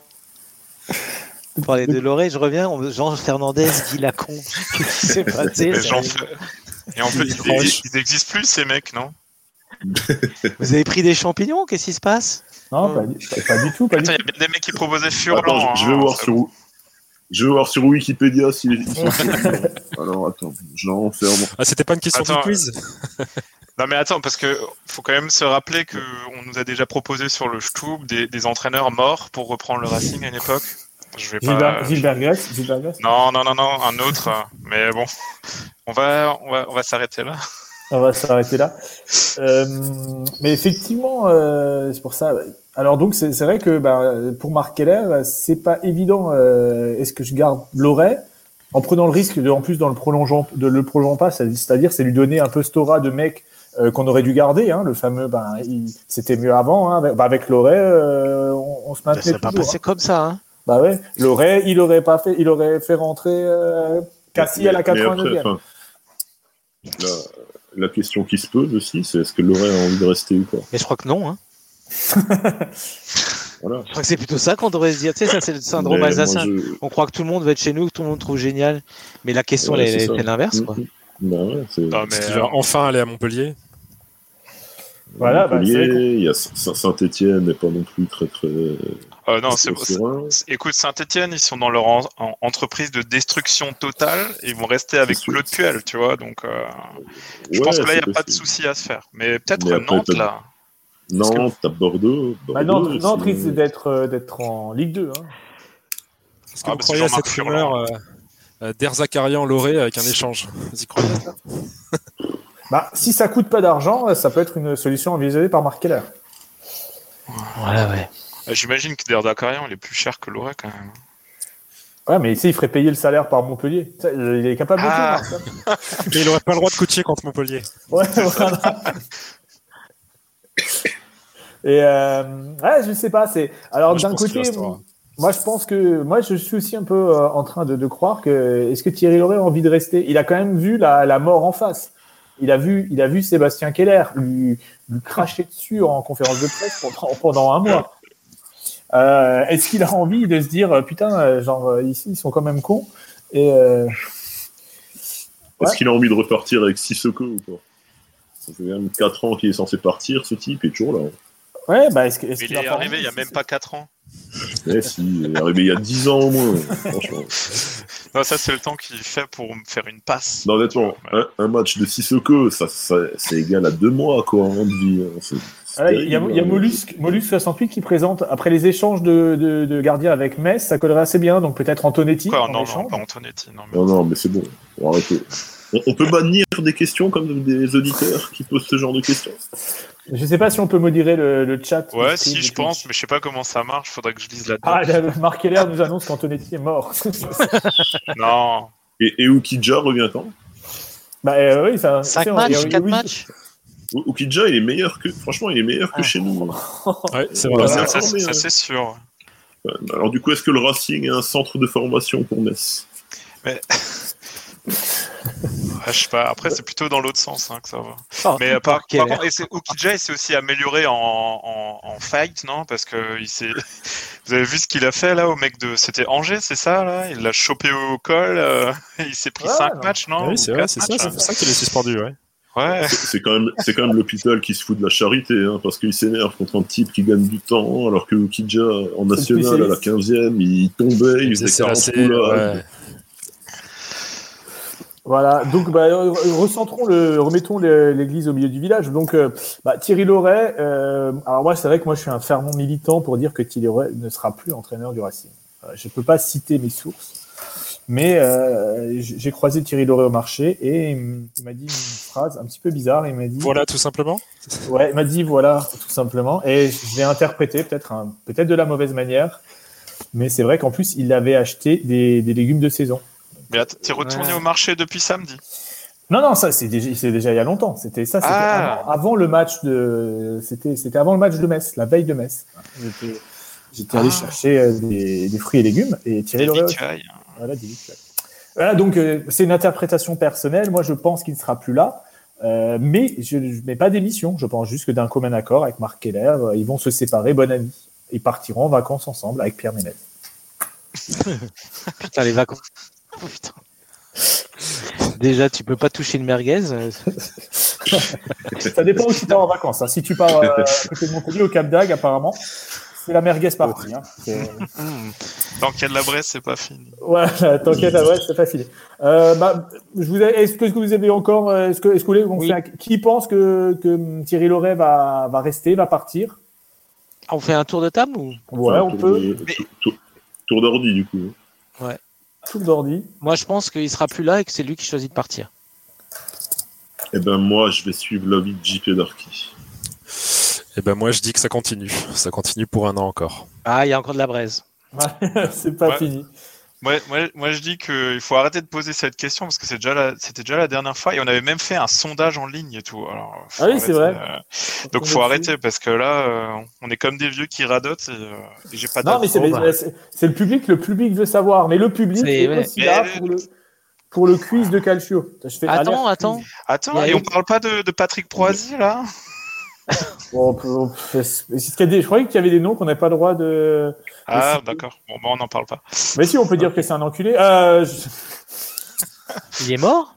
Vous parlez de Loré, je reviens. on- Jean Fernandez, Guy Lacon, qu'est-ce qui s'est passé
Mais
ça
j'en
y est
fais- Et en fait,
Des
ils,
roches.
ils existent plus, ces mecs, non
Vous avez pris des champignons Qu'est-ce qui se passe
Non, pas, du tout.
Attends, il y a bien des mecs qui proposaient Furlan.
Attends, je, je vais
hein,
voir
ça-
sur, je vais voir sur Wikipédia si ils sont Alors attends, Jean Fernandez.
Ah, c'était pas une
Attends, euh, non mais attends, parce que faut quand même se rappeler que on nous a déjà proposé sur le Stub des, des entraîneurs morts pour reprendre le Racing à une époque. Euh, Je vais pas.
Gilbert, Gilbert Gress, Gilbert Gress.
Non non non non, un autre. hein. Mais bon, on va on va on va s'arrêter là.
On va s'arrêter là. Euh, mais effectivement, euh, c'est pour ça. Alors donc c'est c'est vrai que bah, pour Marc Keller, c'est pas évident. euh, Est-ce que je garde l'oreille en prenant le risque de, en plus dans le prolongeant, de le prolongeant pas, c'est- c'est-à-dire c'est lui donner un peu ce aura de mec euh, qu'on aurait dû garder, hein, le fameux. Ben, il- c'était mieux avant. Hein, avec, bah, avec Loret, euh, on, on se
Ça
maintenait
va pas
toujours,
passer
hein.
comme ça. Hein.
Bah ouais, Loret, il aurait pas fait, il aurait fait rentrer euh, Cassie à la
Mais- mais après,
89e.
enfin, la, la question qui se pose aussi, c'est est-ce que Lorrain a envie de rester ou pas
Mais je crois que non. Hein.
Voilà.
Je crois que c'est plutôt ça qu'on devrait se dire. Tu sais, ça, c'est le syndrome
Mais moi,
assassin.
je-
On croit que tout le monde va être chez nous, que tout le monde trouve génial. Mais la question,
Ouais,
elle-
c'est
elle-
ça.
c'est l'inverse.
Mm,
quoi.
Bah Euh,
Est-ce qu'il
euh,
va enfin aller à Montpellier
Voilà, bah,
Montpellier,
c'est vrai
il y a Saint-Etienne n'est pas non plus très très.
Euh, non, c'est
très serein.
c'est- Écoute, Saint-Etienne, ils sont dans leur en- en- entreprise de destruction totale et ils vont rester avec Claude Puel, tu vois. Donc, euh, je
Ouais,
pense que là, il n'y a
c'est
pas de
possible.
souci à se faire. Mais peut-être
Mais après,
Nantes,
t'as-
là. Parce que-
Nantes, t'as Bordeaux.
Bah,
Bordeaux,
Nantes, Nantes
c'est-
risque d'être euh, d'être en Ligue 2. Hein.
Est-ce que
Ah,
vous
bah, c'est
croyez à
Jean-Marc
cette rumeur euh, euh, d'Erzakarian Loré avec un échange Vous y croyez ça
Bah, si ça coûte pas d'argent, euh, ça peut être une solution envisagée par Marc Keller.
Voilà, ouais.
Euh, J'imagine que Derdakarian, il est plus cher que Loret, quand même.
Ouais, mais ici, il ferait payer le salaire par Montpellier. Ça, euh, Il est capable de
Ah.
tout, Marc.
Et il aurait pas le droit de coacher contre Montpellier.
Ouais, voilà. Et euh, ouais, je sais pas. C'est alors
Moi, je
d'un
pense qu'il
côté,
restera.
moi je pense que moi je suis aussi un peu euh, en train de, de croire que est-ce que Thierry Loret a envie de rester Il a quand même vu la, la mort en face. Il a vu, il a vu Sébastien Keller lui, lui cracher dessus en conférence de presse pendant, pendant un mois. Euh, est-ce qu'il a envie de se dire euh, putain, euh, genre euh, ici ils sont quand même cons et euh,
Est-ce
Ouais.
qu'il a envie de repartir avec Sissoko ou pas Ça fait quand même 4 ans qu'il est censé partir, ce type, il est toujours là.
ouais bah est-ce que- est-ce
Mais il
qu'il va
est
pas-
arrivé il n'y a même pas 4 ans.
Eh si, il est arrivé il y a 10 ans au moins, franchement.
Non, ça, c'est le temps qu'il fait pour me faire une passe.
Non, honnêtement, un, un match de Sissoko, ça, ça, c'est égal à 2 mois, quoi, hein, de vie. hein. C'est- c'est
Ah, Il y a,
terrible,
il y a
hein.
Mollusque, Mollusque 68 qui présente, après les échanges de, de, de gardiens avec Metz, ça collerait assez bien, donc peut-être Antonetti
Quoi,
en
non, non,
échange.
pas Antonetti. Non, mais...
Non, non, mais c'est bon, on va arrêter. On, on peut bannir des questions comme des auditeurs qui posent ce genre de questions
Je sais pas si on peut modérer le, le chat.
Ouais,
Le stream
si,
de
je
Twitch.
pense, mais je sais pas comment ça marche. Faudrait que je lise la
Ah, là, Marc Keller nous annonce qu'Antonetti est mort.
Non.
Et, et Ukidja revient quand
bah euh, oui, ça.
Cinq
c'est-
matchs,
il y a-
quatre
oui.
matchs.
U- Ukidja, il est meilleur que. Franchement, il est meilleur
Ah.
que chez nous. hein.
Ouais, c'est
Ouais,
vrai.
Ça,
ouais,
ça,
ouais,
ça,
ouais.
c'est sûr.
Euh, Alors, du coup, est-ce que le Racing est un centre de formation pour Metz
Mais... Ah, je sais pas. Après, c'est plutôt dans l'autre sens hein, que ça va.
Ah,
Oh,
Mais euh, par,
ok.
par contre, et c'est- Ukija, il s'est aussi amélioré en, en, en fight, non Parce que il s'est. Vous avez vu ce qu'il a fait là au mec de. C'était Angers, c'est ça là Il l'a chopé au col. euh, il s'est pris 5 matchs, non
Ah oui,
Ou
c'est vrai,
quatre
c'est ça,
matchs,
c'est
hein.
pour ça qu'il est suspendu, ouais.
Ouais.
C'est quand même, c'est quand même l'hôpital qui se fout de la charité, hein, parce qu'il s'énerve contre un type qui gagne du temps, alors que Ukija, en
C'est le
national, à la 15e, il tombait, il,
Il
faisait
faisait
40
ses
coups là.
lacets,
Voilà, donc bah, euh, recentrons le, remettons le- l'église au milieu du village. Donc euh, bah, Thierry Loret, euh, alors moi c'est vrai que moi je suis un fervent militant pour dire que Thierry Loret ne sera plus entraîneur du Racing. Euh, je ne peux pas citer mes sources, mais euh, j- j'ai croisé Thierry Loret au marché et hum, il m'a dit une phrase un petit peu bizarre. Il m'a dit
Voilà, tout simplement.
Ouais, il m'a dit voilà, tout simplement. Et je l'ai interprété peut-être un- peut-être de la mauvaise manière, mais c'est vrai qu'en plus, il avait acheté des, des légumes de saison.
Mais attends, t'es retourné
Ouais.
au marché depuis samedi
Non, non, ça, c'est déjà, c'est déjà il y a longtemps. C'était ça, c'était
Ah.
avant, avant le match de. C'était c'était avant le match de Metz, la veille de Metz. J'étais- J'étais allé
Ah.
chercher euh, des, des fruits et légumes et tirer
Des
le
victuailles.
Voilà, des victuailles. Voilà, donc euh, c'est une interprétation personnelle. Moi, je pense qu'il ne sera plus là. Euh, mais je ne mets pas d'émission. Je pense juste que d'un commun accord avec Marc Keller, euh, ils vont se séparer, bon ami. Ils partiront en vacances ensemble avec Pierre Ménel.
Putain, les vacances. Oh, Déjà, tu peux pas toucher une merguez. euh,
Ça dépend où tu pars en vacances. hein. Si tu pars euh, à côté de Montpellier, au Cap d'Agde, apparemment, c'est la merguez partie. hein. C'est-
Tant qu'il y a de la braise, c'est pas fini.
Voilà, t'inquiète, ah ouais, c'est facile. Euh, bah, je vous ai- est-ce que, est-ce que vous avez encore, euh, est-ce que, est-ce que vous voulez qu'on
Oui.
fait un- qui pense que, que hum, Thierry Loret va, va rester, va partir
On fait un tour de table ou
Ouais, on
Tour
peut.
de- tour- Tour d'ordi, du coup.
Tout d'ordi.
Moi, je pense qu'il sera plus là et que c'est lui qui choisit de partir.
Eh ben, moi, je vais suivre l'avis de JP Darky.
Et ben moi je dis que ça continue. Ça continue pour un an encore.
Ah, il y a encore de la braise.
Ouais, c'est pas
Ouais.
fini.
Moi, moi, moi, je dis qu'il faut arrêter de poser cette question parce que c'est déjà la- c'était déjà la dernière fois et on avait même fait un sondage en ligne et tout. Alors, faut
Ah oui, c'est
arrêter,
vrai.
euh, Donc, faut arrêter parce que là, euh, on est comme des vieux qui radotent et, euh, et j'ai pas bah.
Non, mais c'est,
d'avis.
mais c'est- c'est le public, le public veut savoir, mais le public
C'est-
est,
ouais.
aussi là
Mais-
pour le, pour le quiz de Calcio. Je fais
Attends,
alerte.
attends.
Attends, et on parle pas de, de Patrick Proisy là
Bon, on peut- on peut- c'est ce qu'il y a des- je croyais qu'il y avait des noms qu'on n'avait pas le droit de.
Ah,
c'est-
d'accord. Bon, bah, on n'en parle pas.
Mais si, on peut dire que c'est un enculé. Euh, je-
Il est mort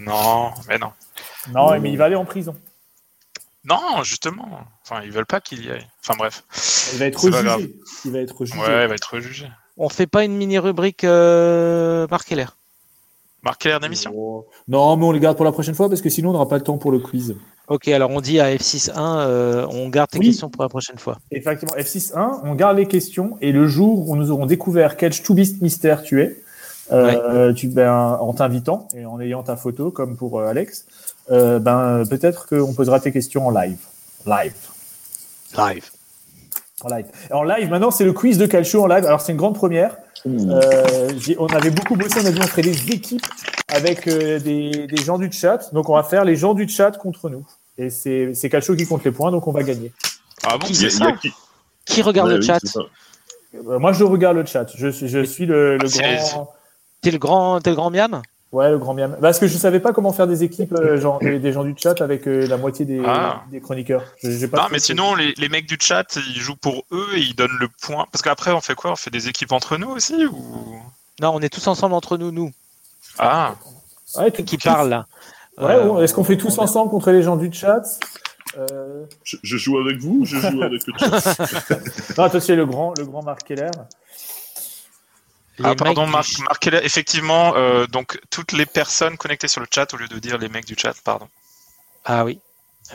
Non, mais non.
Non, mais il va aller en prison.
Non, justement. Enfin, ils veulent pas qu'il y aille. Enfin, bref.
Il va être
C'est pas grave.
rejugé. Il va être rejugé.
Ouais, il va être jugé.
On fait pas une mini rubrique euh, Marc Keller.
Marquez l'air
Euh,
d'émission.
Non, mais on les garde pour la prochaine fois parce que sinon on n'aura pas le temps pour le quiz.
Ok, alors on dit à F6.1, euh, on garde tes
Oui.
questions pour la prochaine fois.
Effectivement, F6.1, on garde les questions et le jour où nous aurons découvert quel Stubist mystère tu es, euh, tu, ben, en t'invitant et en ayant ta photo comme pour euh, Alex, euh, ben, peut-être qu'on posera tes questions en live. Live.
Live.
En live. En live, maintenant, c'est le quiz de Calcio en live. Alors, c'est une grande première. Euh, j'ai- on avait beaucoup bossé, on a dû créer des équipes avec euh, des, des gens du chat. Donc, on va faire les gens du chat contre nous. Et c'est c'est Calcio qui compte les points, donc on va gagner.
Ah bon
Qui,
Il y a-
c'est
il y a
ça
qui-
Qui regarde
Ouais,
le
oui,
chat
c'est ça.
Euh, moi, je regarde le chat. Je, suis- je suis le, le
Ah, c'est-
grand.
T'es le grand, t'es le grand miam
Ouais, le grand miam. Parce que je savais pas comment faire des équipes, euh, genre des, des gens du chat avec euh, la moitié des,
Ah.
des chroniqueurs. Je- j'ai pas
Non,
trouvé
mais
ce-
sinon, les, les mecs du chat, ils jouent pour eux et ils donnent le point. Parce qu'après, on fait quoi On fait des équipes entre nous aussi ou...
Non, on est tous ensemble entre nous, nous,
Ah,
Ouais, tout-
qui
tout-
parle là.
Ouais,
Euh,
bon, est-ce qu'on fait tous
on-
ensemble contre les gens du chat euh...
Je, je joue avec vous, je joue avec le chat.
Non, toi, c'est le grand, le grand Marc Keller.
les
ah
mecs
pardon,
du
Marc,
ch-
Marc Keller. Effectivement, euh, donc toutes les personnes connectées sur le chat, au lieu de dire les mecs du chat, pardon.
Ah oui.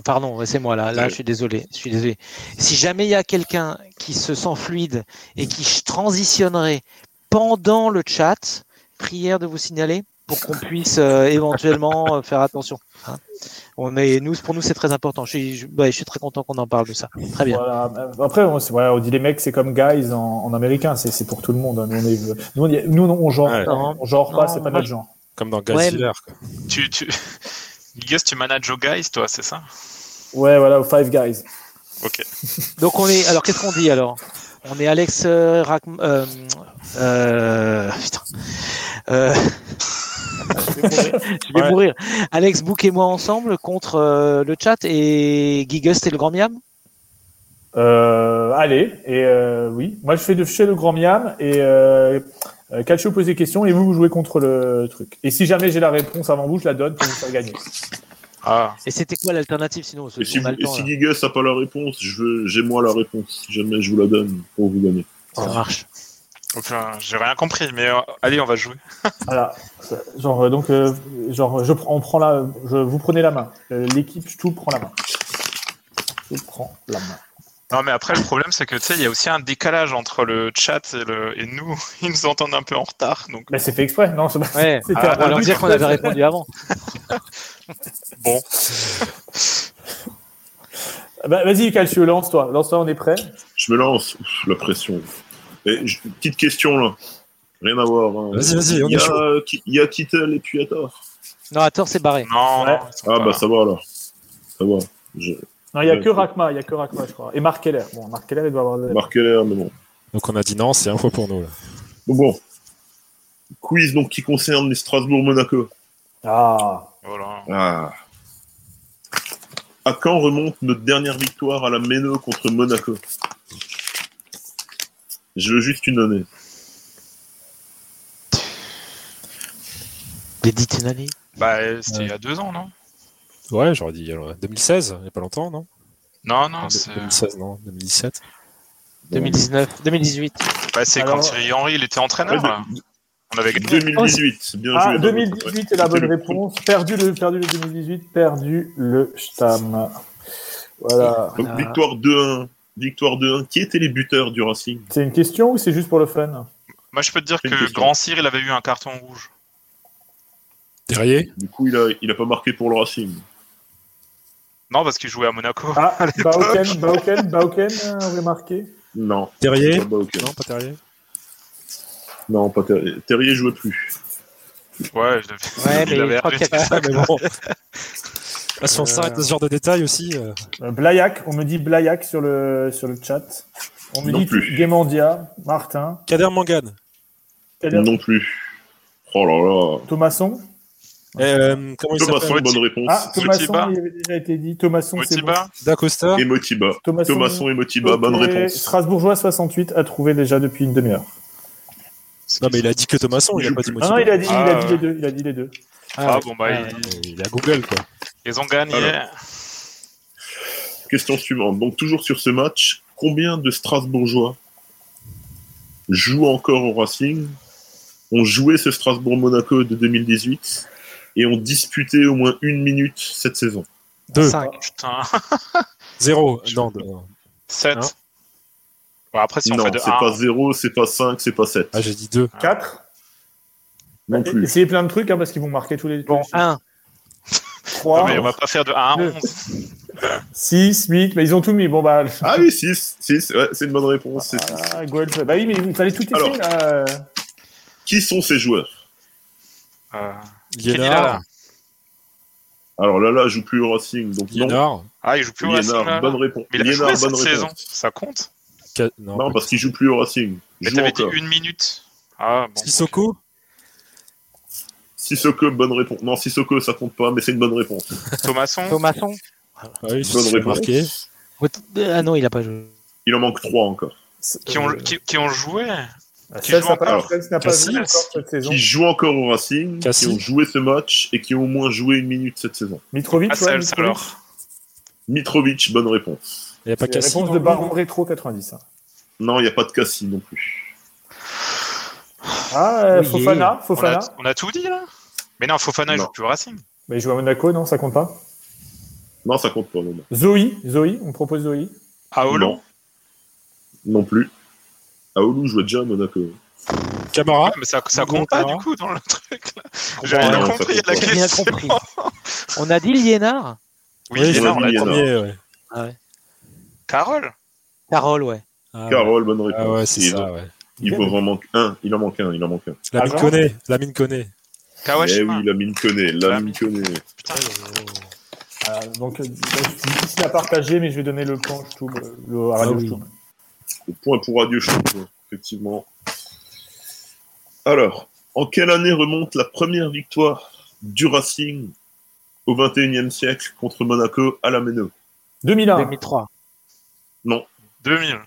Pardon, ouais, c'est moi là. Là,
Ouais.
je suis désolé. Je suis désolé. Si jamais il y a quelqu'un qui se sent fluide et qui ch- transitionnerait pendant le chat, prière de vous signaler pour qu'on puisse euh, éventuellement euh, faire attention. hein. On est, nous, pour nous, c'est très important. Je suis, je- ouais, je suis très content qu'on en parle de ça. Très bien.
Voilà. Euh, Après, on, c'est- voilà, on dit les mecs, c'est comme guys en, en américain, c'est c'est pour tout le monde. hein. Nous, on est, nous, on, y- nous, non, on genre,
Ouais.
pas, on genre pas,
Non,
c'est pas
moi,
notre genre.
Comme dans
Ouais,
Godzilla. quoi.
Tu, tu... Guess, tu manages aux guys, toi, c'est ça
Ouais, voilà, aux Five Guys.
Ok.
Donc on est. Alors qu'est-ce qu'on dit alors On est Alex euh, Rack- euh, euh, putain. Euh, Je vais mourir. Alex Book et moi ensemble contre euh, le chat et Gigust et le grand miam
Euh, allez, et euh, oui, moi je fais de chez le grand miam et euh, euh, Calcio pose des questions et vous vous jouez contre le truc. Et si jamais j'ai la réponse avant vous, je la donne pour vous faire gagner.
Ah,
Et c'était quoi l'alternative sinon
Et si,
on a le
et
temps,
si
là.
Gigas n'a pas la réponse, je veux- j'ai moi la réponse. Jamais je vous la donne pour vous gagner.
Ça marche.
Oh putain, j'ai rien compris, mais euh, allez, on va jouer.
Voilà. Genre, euh, donc, euh, genre, je, prends- on prend la, je, vous prenez la main. Euh, L'équipe, je tout prend la main. Je prends la main.
Non, mais après, le problème, c'est que tu sais, il y a aussi un décalage entre le chat et, le... et nous. Ils nous entendent un peu en retard. Donc...
Mais Bah, c'est fait exprès, non c'est pas-
Ouais,
c'était
ah,
un
on va leur
but.
dire qu'on avait répondu
avant.
Bon.
Bah, Vas-y, Calcio, lance-toi. Lance-toi, on est prêt.
Je me lance. Ouf, la pression. Et j- petite question là. Rien à voir. hein.
Vas-y, vas-y, on
Il y
est
a,
chaud.
euh, qui- Il y a Kittel et puis Atar.
Non, attends, c'est barré.
Non,
Ah bah ça va alors. Ça va. Je...
Non, il n'y a
Ouais.
que Rakma, il y a que Rakma, je crois. Et Marc Keller. Bon, Marc Keller, il doit avoir.
Marc Keller, mais bon.
Donc on a dit non, c'est un fois pour nous. Là.
Donc bon. Quiz donc qui concerne les Strasbourg-Monaco.
Ah.
Voilà.
Ah. À quand remonte notre dernière victoire à la Méno contre Monaco Je veux juste une année.
Dédite une année
Bah, euh, c'était il y a deux ans, non
Ouais, j'aurais dit alors, 2016, il n'y a pas longtemps, non
Non, non,
Ah,
c'est.
bah,
2016, non 2017
2019, 2018
Bah, c'est quand
Alors-
Thierry Henry, il était entraîneur,
Ouais,
Ah
là. On avait gagné.
2018, bien
Ah,
joué.
2018 est la bonne réponse. Perdu le, perdu le 2018, perdu le Stam. Voilà.
Donc victoire 2-1. Victoire 2-1. Qui étaient les buteurs du Racing
C'est une question ou c'est juste pour le fun
Moi, je peux te dire
Une
que
question.
Grand Cyr, il avait eu un carton rouge.
Terrier
Du coup, il a, il a pas marqué pour le Racing.
Non, parce qu'il jouait à Monaco.
Ah, Bauken, Bauken, Bauken, euh, aurait marqué.
Non.
Terrier
Ah bah, ok.
Non, pas Terrier
Non, pas Terrier. Terrier jouait plus.
Ouais, je
Ouais, mais
il avait
je crois qu'il y a-
arrêté.
Ah, mais bon. Là, si on
Euh.
s'arrête à ce genre de détails aussi. euh,
Euh, Blayak, on me dit Blayak sur le, sur le chat. On me
Non
dit
plus.
Guémandia, Martin,
Kader Mangane.
Kader,
Non plus. Oh là là.
Thomasson.
Et, euh, comment il
Thomasson,
s'appelle
bonne réponse.
Ah,
Motiba.
Thomasson, il avait déjà été dit. Thomasson, c'est bon.
Motiba
Da Costa.
Et Motiba.
Thomasson.
Thomasson et Motiba,
Ok,
bonne réponse.
Strasbourgeois 68 a trouvé déjà depuis une demi-heure.
Non, mais il a dit que Thomasson, il a
Il
pas dit
joue
Non,
Motiba.
non, il a dit, il a
Ah,
dit les deux. Il a dit les deux.
Ah,
ouais.
bon, bah,
Ah,
ils,
Il a Google, quoi.
ils ont gagné.
Alors. Question suivante. Donc, toujours sur ce match, combien de Strasbourgeois jouent encore au Racing, ont joué ce Strasbourg-Monaco de 2018 et ont disputé au moins une minute cette saison
2,
Cinq.
Putain,
0.
Je-
Non, de-
7.
Hein
Bon, après, si on
Non,
fait de
c'est pas
1.
0, c'est pas 5, c'est pas 7.
Ah, j'ai dit 2.
4.
non plus.
Essayez plein de trucs hein, parce qu'ils vont marquer tous les
Bon, 1.
Ah,
3,
mais on va pas faire de 1 à
Deux.
11.
6, 8. Mais ils ont tout mis. Bon, bah,
Ah oui, 6. 6 ouais, c'est une bonne réponse. c'est six.
ah, Gold. Bah oui, mais il fallait tout essayer
Alors.
là.
Qui sont ces joueurs
Euh,
Liénard.
Alors là, là, joue plus au Racing. Donc, non.
Liénard.
Ah, il joue plus au Racing, là.
Liénard, bonne réponse.
Mais il a
Liénard,
joué cette
bonne
saison.
réponse.
Ça compte
Ca- Non,
Non, parce qu'il joue plus au Racing.
Mais
Joue
t'avais dit
encore.
une minute. Ah, bon.
Sissoko
Sissoko, bonne réponse. Non, Sissoko, ça compte pas, mais c'est une bonne réponse.
Thomasson
Thomasson
Ah oui,
Bonne
c'est
réponse.
marqué.
Ah non, il a pas joué.
Il en manque trois encore.
qui ont, qui, qui ont joué qui
Cels
joue
n'a
encore.
pas, Cels n'a pas
Cassis.
joué encore cette saison.
Qui jouent encore au Racing,
Cassis.
qui ont joué ce match et qui ont au moins joué une minute cette saison.
Mitrovic,
Ah,
ouais,
Cels,
Mitrovic.
alors.
Mitrovic, bonne réponse.
Il n'y a pas
C'est la
Cassis.
réponse
dans
de
le
Baron Rétro 90. hein.
Non, il n'y a pas de Cassis non plus.
Ah, euh,
Oui.
Fofana,
On
Fofana.
a, on a tout dit, là Mais non, Fofana, il
Non.
joue plus au Racing.
Mais il joue à Monaco, non, ça compte pas.
Non, ça compte pas, non. non.
Zoé, Zoé, on propose Zoé.
Ah, Hollande
Non. Non plus. Aoulou jouait déjà à Monaco.
Camara.
Ah, Mais ça, ça
Bon,
compte pas,
bon,
du
bon.
coup, dans le truc, là. J'ai
Ouais,
rien
non, ça
compris à
compte
la
pas.
J'ai rien
question.
compris. On a dit Liénard
Oui,
Oui,
il est
c'est
là, on l'a
le
dit.
Liénard.
premier, ouais.
ah ouais.
Carole
Carole, ouais.
Ah, ouais.
Carole, bonne réponse.
Ah ouais, c'est
Et
ça,
donc,
ouais.
Il vous en manque un, il en manque un, il en manque un.
La mine
Agent.
connaît, la mine connaît.
Eh
Kawashima
oui, la mine connaît, la mine connaît.
Putain,
Ah, donc, euh, c'est difficile à partager, mais je vais donner le plan Stub, euh, le, à
Ah
Radio
oui.
Stub.
Le point pour Radio Show, effectivement. Alors, En quelle année remonte la première victoire du Racing au XXIe siècle contre Monaco à la Méno
2001.
2003.
Non.
2000.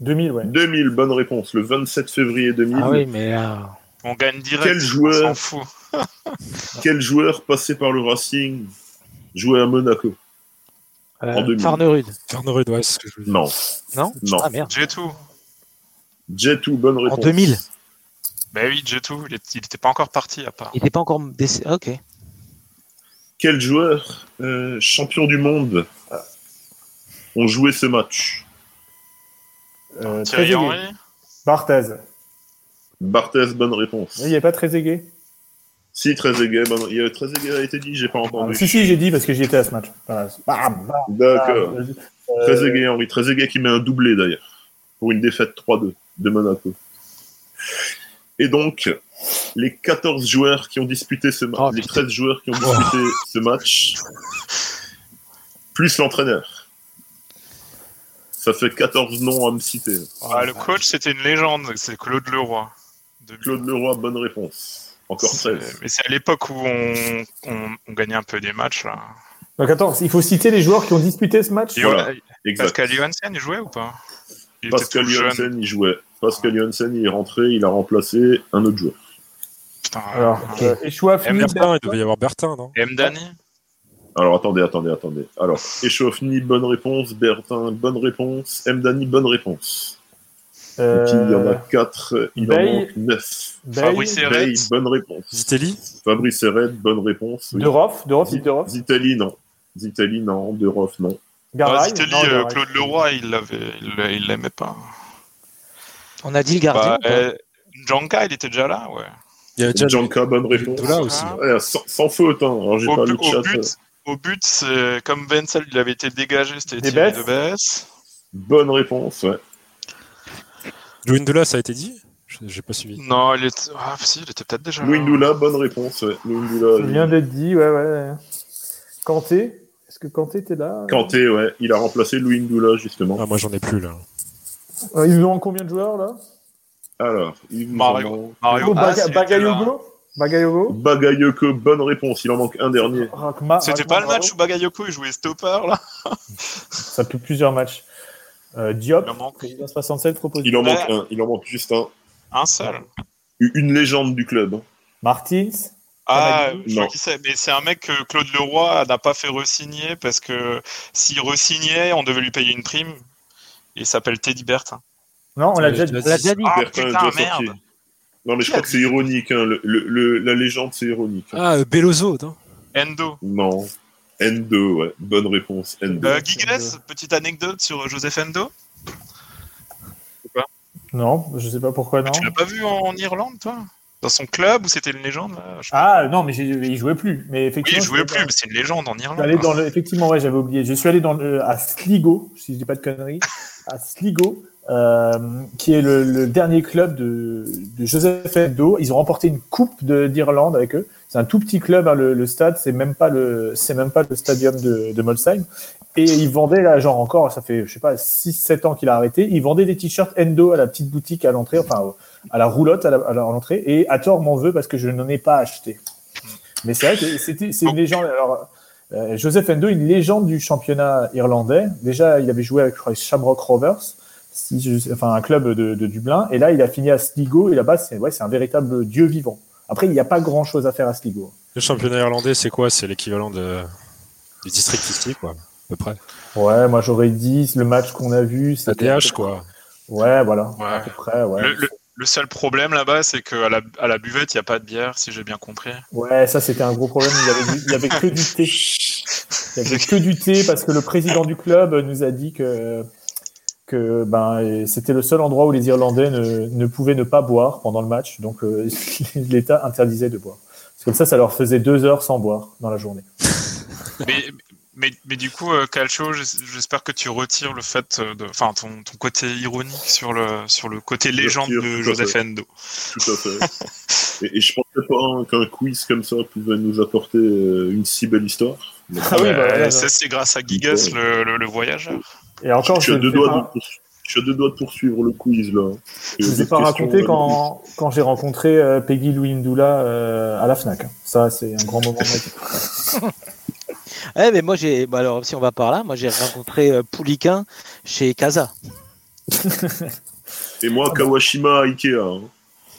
2000, ouais.
2000, bonne réponse. Le 27 février 2000.
Ah oui, mais. euh,
On gagne direct.
Quel joueur
On s'en fout.
Quel joueur passé par le Racing jouait à Monaco En 2000.
euh, Farnerud.
Farnerud, ouais, c'est ce que je voulais dire.
Non.
Non
Non.
Ah merde.
J'ai tout.
Jetou, bonne
En
réponse.
2000.
Bah oui, j'ai tout. Il est- il était pas encore parti à part.
Il n'était pas encore décédé. Ok.
Quel joueur euh, champion du monde ah, ont joué ce match
Euh,
Thierry
Trezeguet.
Henry
Barthez.
Barthez, bonne réponse.
Il n'y avait pas très aigué.
Si, Trezeguet, bonne... il y a Trezeguet a été dit, j'ai pas entendu.
Ah, si, si, j'ai dit parce que j'y étais à ce match. Voilà. Bam, bam,
D'accord.
bam.
Trezeguet, Henri. Trezeguet qui met un doublé d'ailleurs, pour une défaite 3-2 de Monaco. Et donc, les 14 joueurs qui ont disputé ce match,
Oh,
les
putain.
13 joueurs qui ont disputé
Oh.
ce match, plus l'entraîneur. Ça fait 14 noms à me citer.
Ah, le coach, c'était une légende. C'est Claude Leroy. 2000.
Claude Leroy, bonne réponse. Encore
C'est-
13.
Mais c'est à l'époque où on, on- on gagnait un peu des matchs. Là.
Donc attends, il faut citer les joueurs qui ont disputé ce match.
Et
Voilà,
on-
Exact.
Pascal Johansen, il jouait ou pas Il
Pascal
était tout jeune.
Janssen, il jouait. Pascal Janssen, il est rentré, il a remplacé un autre joueur.
Putain,
Alors,
euh,
euh, Echouaf,
Et
Nibali,
Bertin, il devait y avoir Bertin, non
M. Dani
Alors attendez, attendez, attendez. Alors, Echofni, bonne réponse. Bertin, bonne réponse. Mdani, bonne réponse. Et puis, il y en a
euh,
4, il en
Bay.
manque 9.
Bale,
Fabrice
Bay,
Eret
bonne réponse.
Zitelli
Fabrice Eret, bonne réponse. oui.
De Roff, De Roff, Yves De Roff.
Zitelli, non. Zitelli, non. De Roff, non.
Ah,
Garay,
Zitelli,
non,
euh,
Garay.
Claude Leroy, il l'avait, il l'a- il l'aimait pas.
On a dit le gardien.
Bah,
ou pas
euh, Janka, il était déjà là, ouais.
Il y avait déjà
Janka, bonne réponse.
Doula aussi.
Ah.
Ouais, sans, sans faute, hein. Alors, j'ai
Au,
pas
bu-
lu le
au
chat. euh.
but, au but, c'est comme Wenzel, il avait été dégagé, c'était
Des
Thierry
Bess.
de Bess.
Bonne réponse, ouais.
Louis Ndola, ça a été dit Je- J'ai pas suivi.
Non, il était. Ah, si, il était peut-être déjà là.
Louindula, bonne réponse, ouais.
Ça vient
Louindula.
d'être dit, ouais, ouais. Kanté, est-ce que Kanté était là
Kanté, ouais. Il a remplacé Louindula, justement.
Ah, moi, j'en ai plus, là.
Euh, Il nous manque combien de joueurs là Ah.
Alors, il nous
Mario.
en manque-
Baga-
Mario Bas, il était Ah, là.
Bagayogo Bagayogo
Bagayoko, bonne réponse. Il en manque un dernier.
Rakma-
C'était
Rakma
pas le match
Bravo.
où Bagayoko il jouait stopper là
Ça pue plusieurs matchs. Euh, Diop,
Il en manque
67 proposé.
Il en manque
Ouais.
un. Il en manque juste un.
un seul.
U- Une légende du club. hein.
Martins,
Ah,
Kamadi.
je vois
Non.
qui c'est. Mais c'est un mec que Claude Leroy n'a pas fait re-signer parce que s'il re-signait, on devait lui payer une prime. Il s'appelle Teddy Bertin.
non, on l'a déjà dit.
On l'a déjà dit.
Ah,
Bertin est
putain,
déjà
merde.
sorti. Non, mais je crois que c'est ironique. hein. Le- le- le- la légende, c'est ironique. hein.
Ah, euh, Bellozo, non
Endo.
Non. N2, ouais. Bonne réponse. N2.
Euh, Gigles, petite anecdote sur Joseph Endo.
Non, je sais pas pourquoi non.
Tu l'as pas vu en Irlande, toi Dans son club où c'était une légende là, je-
Ah non, mais j'ai- il jouait plus. Mais
Oui,
effectivement,
il jouait
j'étais
plus, mais c'est une légende en
Je suis allé
Irlande.
dans le... Effectivement, ouais, j'avais oublié. Je suis allé dans le... euh, à Sligo, si je dis pas de conneries, à Sligo, euh, qui est le, le dernier club de, de Joseph Endo. Ils ont remporté une coupe de- d'Irlande avec eux. C'est un tout petit club, hein, le, le stade, c'est même pas le, c'est même pas le stadium de, de Molsheim. Et ils vendaient là, genre encore, ça fait, je sais pas, 6-7 ans qu'il a arrêté. Ils vendaient des t-shirts Endo à la petite boutique à l'entrée, enfin, au- à la roulotte à la- à la- à l'entrée. Et à tort m'en veut parce que je n'en ai pas acheté. Mais c'est vrai que c'était, c'est une légende. Alors, euh, Joseph Endo, une légende du championnat irlandais. Déjà, il avait joué avec je crois, Shamrock Rovers, si je- enfin un club de, de Dublin. Et là, il a fini à Sligo. Et là-bas, c'est ouais, c'est un véritable dieu vivant. Après, il n'y a pas grand-chose à faire à Sligo.
Le championnat irlandais, c'est quoi C'est l'équivalent de... du district ici, quoi, à peu près.
Ouais, moi j'aurais dit le match qu'on a vu,
La
c'était
DH, quoi.
Ouais, voilà,
Ouais.
à peu près. Ouais,
Le, le- le seul problème là-bas, c'est qu'à la, à la buvette, il n'y a pas de bière, si j'ai bien compris.
ouais, ça c'était un gros problème. Il y avait, du- il y avait que du thé. Il y avait que du thé parce que le président du club nous a dit que que ben c'était le seul endroit où les Irlandais ne, ne pouvaient ne pas boire pendant le match, donc euh, l'État interdisait de boire. Parce que comme ça, ça leur faisait deux heures sans boire dans la journée.
Mais, mais, mais du coup, euh, Calcio, j'es- j'espère que tu retires le fait euh, de. Enfin, ton, ton côté ironique sur le, sur le côté
Je
légende
retire,
de
tout à
Joseph Endo.
Tout à fait. et, et je pensais pas hein, qu'un quiz comme ça pouvait nous apporter euh, une si belle histoire. Mais
Ah oui, bah,
Euh,
voilà.
ça, c'est grâce à Gigas, le, le, le voyageur.
Et encore,
je suis
je
à deux
fais
doigts
un-
de- je Je suis à deux doigts de poursuivre le quiz là.
Je ne vous ai
Des
pas
questions,
raconté
euh,
quand, quand j'ai rencontré euh, Peggy Louis Ndoula euh, à la FNAC. hein. Ça, c'est un grand moment de ma vie.
Eh, mais moi, j'ai. bah alors, si on va par là, moi, j'ai rencontré euh, Pouliquin chez Casa.
Et moi, Kawashima à Ikea. hein.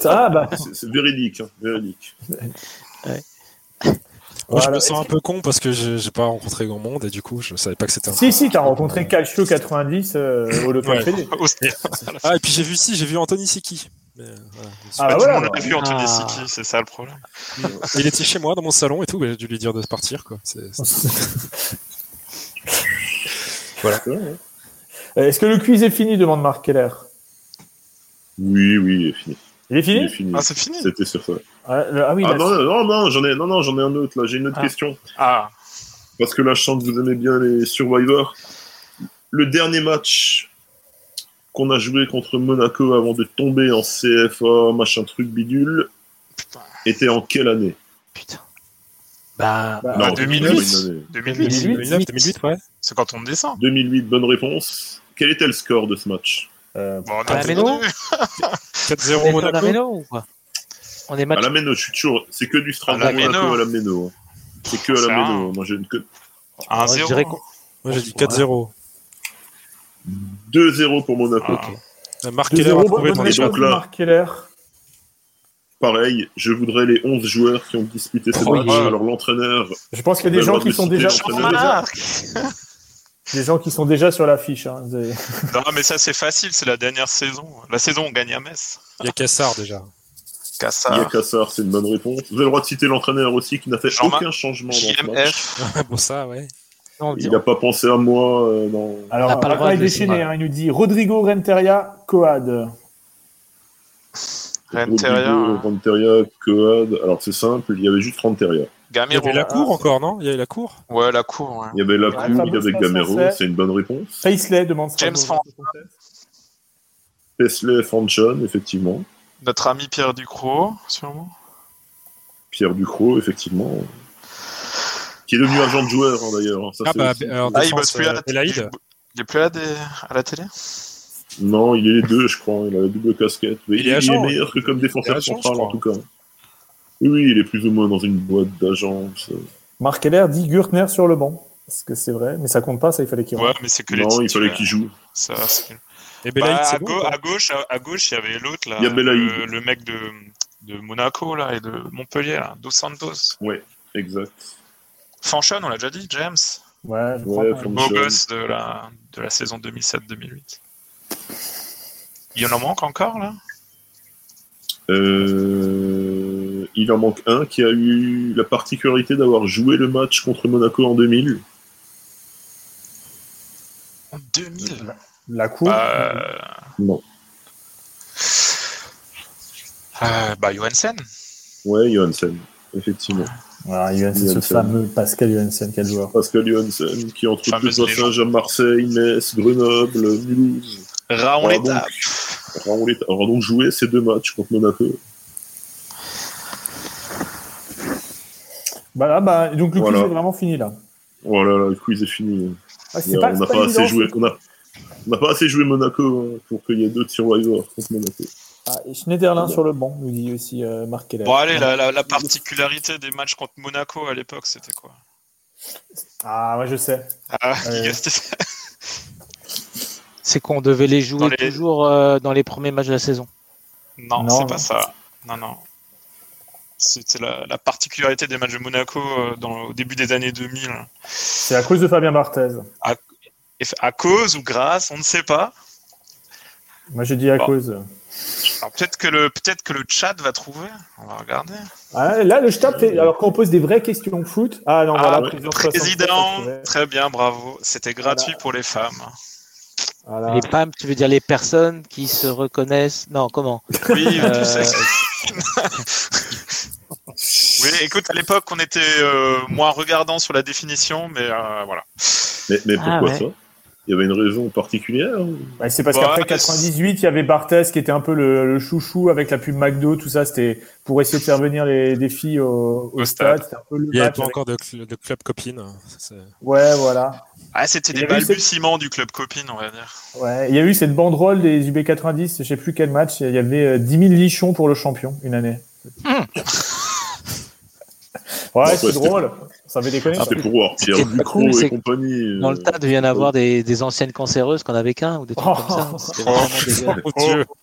Ah, bah.
C'est c'est véridique, hein, véridique.
Moi, je
Voilà.
me sens un peu con parce que je- j'ai pas rencontré grand monde et du coup, je savais pas que
Oh,
c'était un.
Si, si, t'as rencontré Calcio 90 euh, au Local
Ouais.
Fédé.
Ah, et puis j'ai vu si, j'ai vu Anthony Siki. Mais, euh, voilà.
Ah, bah
tout
voilà,
le monde
bah.
l'a vu Anthony
Ah.
Siki, c'est ça le problème.
Il était chez moi dans mon salon et tout, mais j'ai dû lui dire de partir quoi. C'est- c'est-
Voilà.
Euh, Est-ce que le quiz est fini demande Marc Keller.
Oui, oui, il est fini.
Il est fini
Ah, c'est fini
C'était sur ça.
Ah, le- ah oui,
Ah
là,
non, non, non, j'en ai, non, non, j'en ai un autre là. J'ai une autre
Ah.
question.
Ah.
Parce que là, je sens que vous aimez bien les Survivors. Le dernier match qu'on a joué contre Monaco avant de tomber en CFA, machin truc bidule, était en quelle année
Bah,
Bah,
Non,
2008.
une année.
2008.
2009, 2008, ouais.
C'est quand on descend.
2008, bonne réponse. Quel était le score de ce match
euh,
Bon, on a
à la
descendu.
Méno
4-0
On est à la
Monaco.
Méno ou quoi On est match.
À la Méno, je suis toujours. C'est que du Strasbourg
À la Méno.
Monaco à la Méno. hein. C'est que à
C'est
la
rare.
Méno. hein. Moi, j'ai une que
Un
Ouais, Ah, je
0.
dirais qu'on-
Moi, j'ai dit 4-0.
2-0 pour Monaco.
Ah.
Euh, Marc Keller a
2-0,
trouvé dans
bonne
les
réponse.
chats.
réponse
donc là-
Marc Keller.
Pareil, je voudrais les 11 joueurs qui ont disputé ce
Oh,
match.
yeah.
Alors, l'entraîneur.
Je pense qu'il y a
Ben,
des gens
moi, je
qui
me
sont
suis
déjà,
déjà entraîné.
des gens qui sont déjà sur l'affiche. Hein. Des-
Non, mais ça, c'est facile, c'est la dernière saison. La saison, on gagne à Metz.
Il y a Cassard déjà.
Kassar,
Yakassar, c'est une bonne réponse. Vous avez le droit de citer l'entraîneur aussi qui n'a fait
Jean-Marc-
aucun changement dans ce match.
JMF.
Ah, bon, ça, ouais.
Non, on
Il n'a pas pensé à moi. euh, non.
On n'a
Alors,
Ah, pas le
Raphaël
droit de
déchaîné,
laisser.
hein, il nous dit Rodrigo Renteria, Coad.
Renteria,
Rodrigo,
hein.
Renteria, Coad. Alors, c'est simple, il y avait juste Renteria.
Il y
Gamero.
avait la cour encore, non Il y avait la cour
Ouais, la cour. ouais.
Il y avait Lacou,
Ah,
il y
Fabio
avait
François,
Gamero,
c'est-
c'est une bonne réponse.
Paisley demande
James
Strasbourg.
Pesley, Franchon, effectivement.
Notre ami Pierre Ducrot, sûrement.
Pierre Ducrot, effectivement. Qui est devenu agent de joueur, hein, d'ailleurs. hein. Ça,
Ah
c'est
bah,
aussi-
alors,
Ah, il
défense,
bosse plus à
euh,
la télé.
Adélaïde.
Il il est plus là des- à la télé
Non, il est les deux, je crois. Il a la double casquette. Mais
Il
il,
est
il est,
agent,
meilleur que comme défenseur
agent, je
central, en
crois.
tout cas. Oui, oui, il est plus ou moins dans une boîte d'agence.
Marc Keller dit Gürtner sur le banc. Est-ce que c'est vrai Mais ça compte pas, ça, il fallait qu'il
Ouais, mais c'est que les euh.
Non, il fallait
titulaires.
qu'il joue.
Ça, c'est-
Et Belaïd,
Bah, à,
c'est bon.
gau-
ou pas
à gauche, à, à gauche, il y avait l'autre là,
Il y a Belaïd.
le, le mec de, de Monaco là et de Montpellier là, Dos Santos.
Exact.
Fanchon, on l'a déjà dit, James,
Ouais, je crois
Ouais,
pas.
Franchon.
beau gosse de la de la saison 2007-2008. Il y en manque encore là
Euh, il en manque un qui a eu la particularité d'avoir joué le match contre Monaco en 2000.
En 2000.
La cour.
Euh,
Non.
euh, bah Johansen.
Ouais, Johansen, effectivement.
Ah, Johansen, ce
Johansen.
fameux Pascal Johansen, quel joueur.
Pascal Johansen, qui entre
Fameuse
deux passages à Marseille, Metz, Grenoble, Mulhouse,
Raon
Ah,
Leta.
Raoul est- aura donc joué ces deux matchs contre Monaco.
Bah, là, bah, donc le quiz
Voilà.
est vraiment fini là.
Voilà, Oh le quiz est fini.
Ah, c'est
On
pas-
n'a
c'est
pas,
pas
assez
évident,
joué.
c'est-
On a- on n'a pas assez joué Monaco hein, pour qu'il y ait deux survivors contre Monaco.
Ah, et Schneiderlin sur le banc, nous dit aussi euh, Marc Keller.
Bon allez, la, la- la particularité des matchs contre Monaco à l'époque, c'était quoi
Ah, ouais, je sais.
Ah,
Ouais.
il restait-
C'est qu'on devait les jouer
Dans les-
toujours euh, dans les premiers matchs de la saison.
Non,
Non,
c'est
non.
pas ça. Non, non. C'était la, la particularité des matchs de Monaco euh, dans, au début des années 2000.
C'est à cause de Fabien Barthez.
Et f- à cause ou grâce, on ne sait pas.
Moi, j'ai dit à
Bon.
cause.
Alors peut-être que le peut-être que le chat va trouver. On va regarder.
Ah, là, le stab, fait- alors qu'on pose des vraies questions foot. Ah non,
Ah,
voilà,
ouais.
président 67,
président,
ouais.
très bien, bravo. C'était gratuit pour les femmes.
Voilà.
Les femmes, tu veux dire les personnes qui se reconnaissent. Non, comment
Oui,
Euh,
tu sais. oui, écoute, à l'époque, on était euh, moins regardant sur la définition, mais euh, voilà.
Mais, mais
Ah,
pourquoi
ouais.
ça Il y avait une raison particulière hein. ou-
Bah, c'est parce qu'après 98, il y avait Barthes qui était un peu le, le chouchou avec la pub McDo, tout ça. C'était pour essayer de faire venir les, des filles au, au stade. C'était un peu le
Il n'y avait
match
pas
avec-
encore de, cl- de club copine. C'est-
Ouais, voilà.
Ah, c'était
Il
des
y avait eu
balbutiements du club copine, on va dire.
Ouais, il y a eu cette banderole des UB90, je sais plus quel match, il y avait euh, 10 000 lichons pour le champion une année.
Hmm.
Bon,
Ouais,
ouais,
c'est
c'était- Ah,
drôle. Ça avait déconné.
C'était pour voir Pierre
C'était pas
Ducrot
cool, c'est-
et compagnie. euh,
Dans le tas, devait y en avoir des, des anciennes cancéreuses qu'on avait qu'un ou des trucs comme ça. C'était vraiment dégueulasse.
Oh,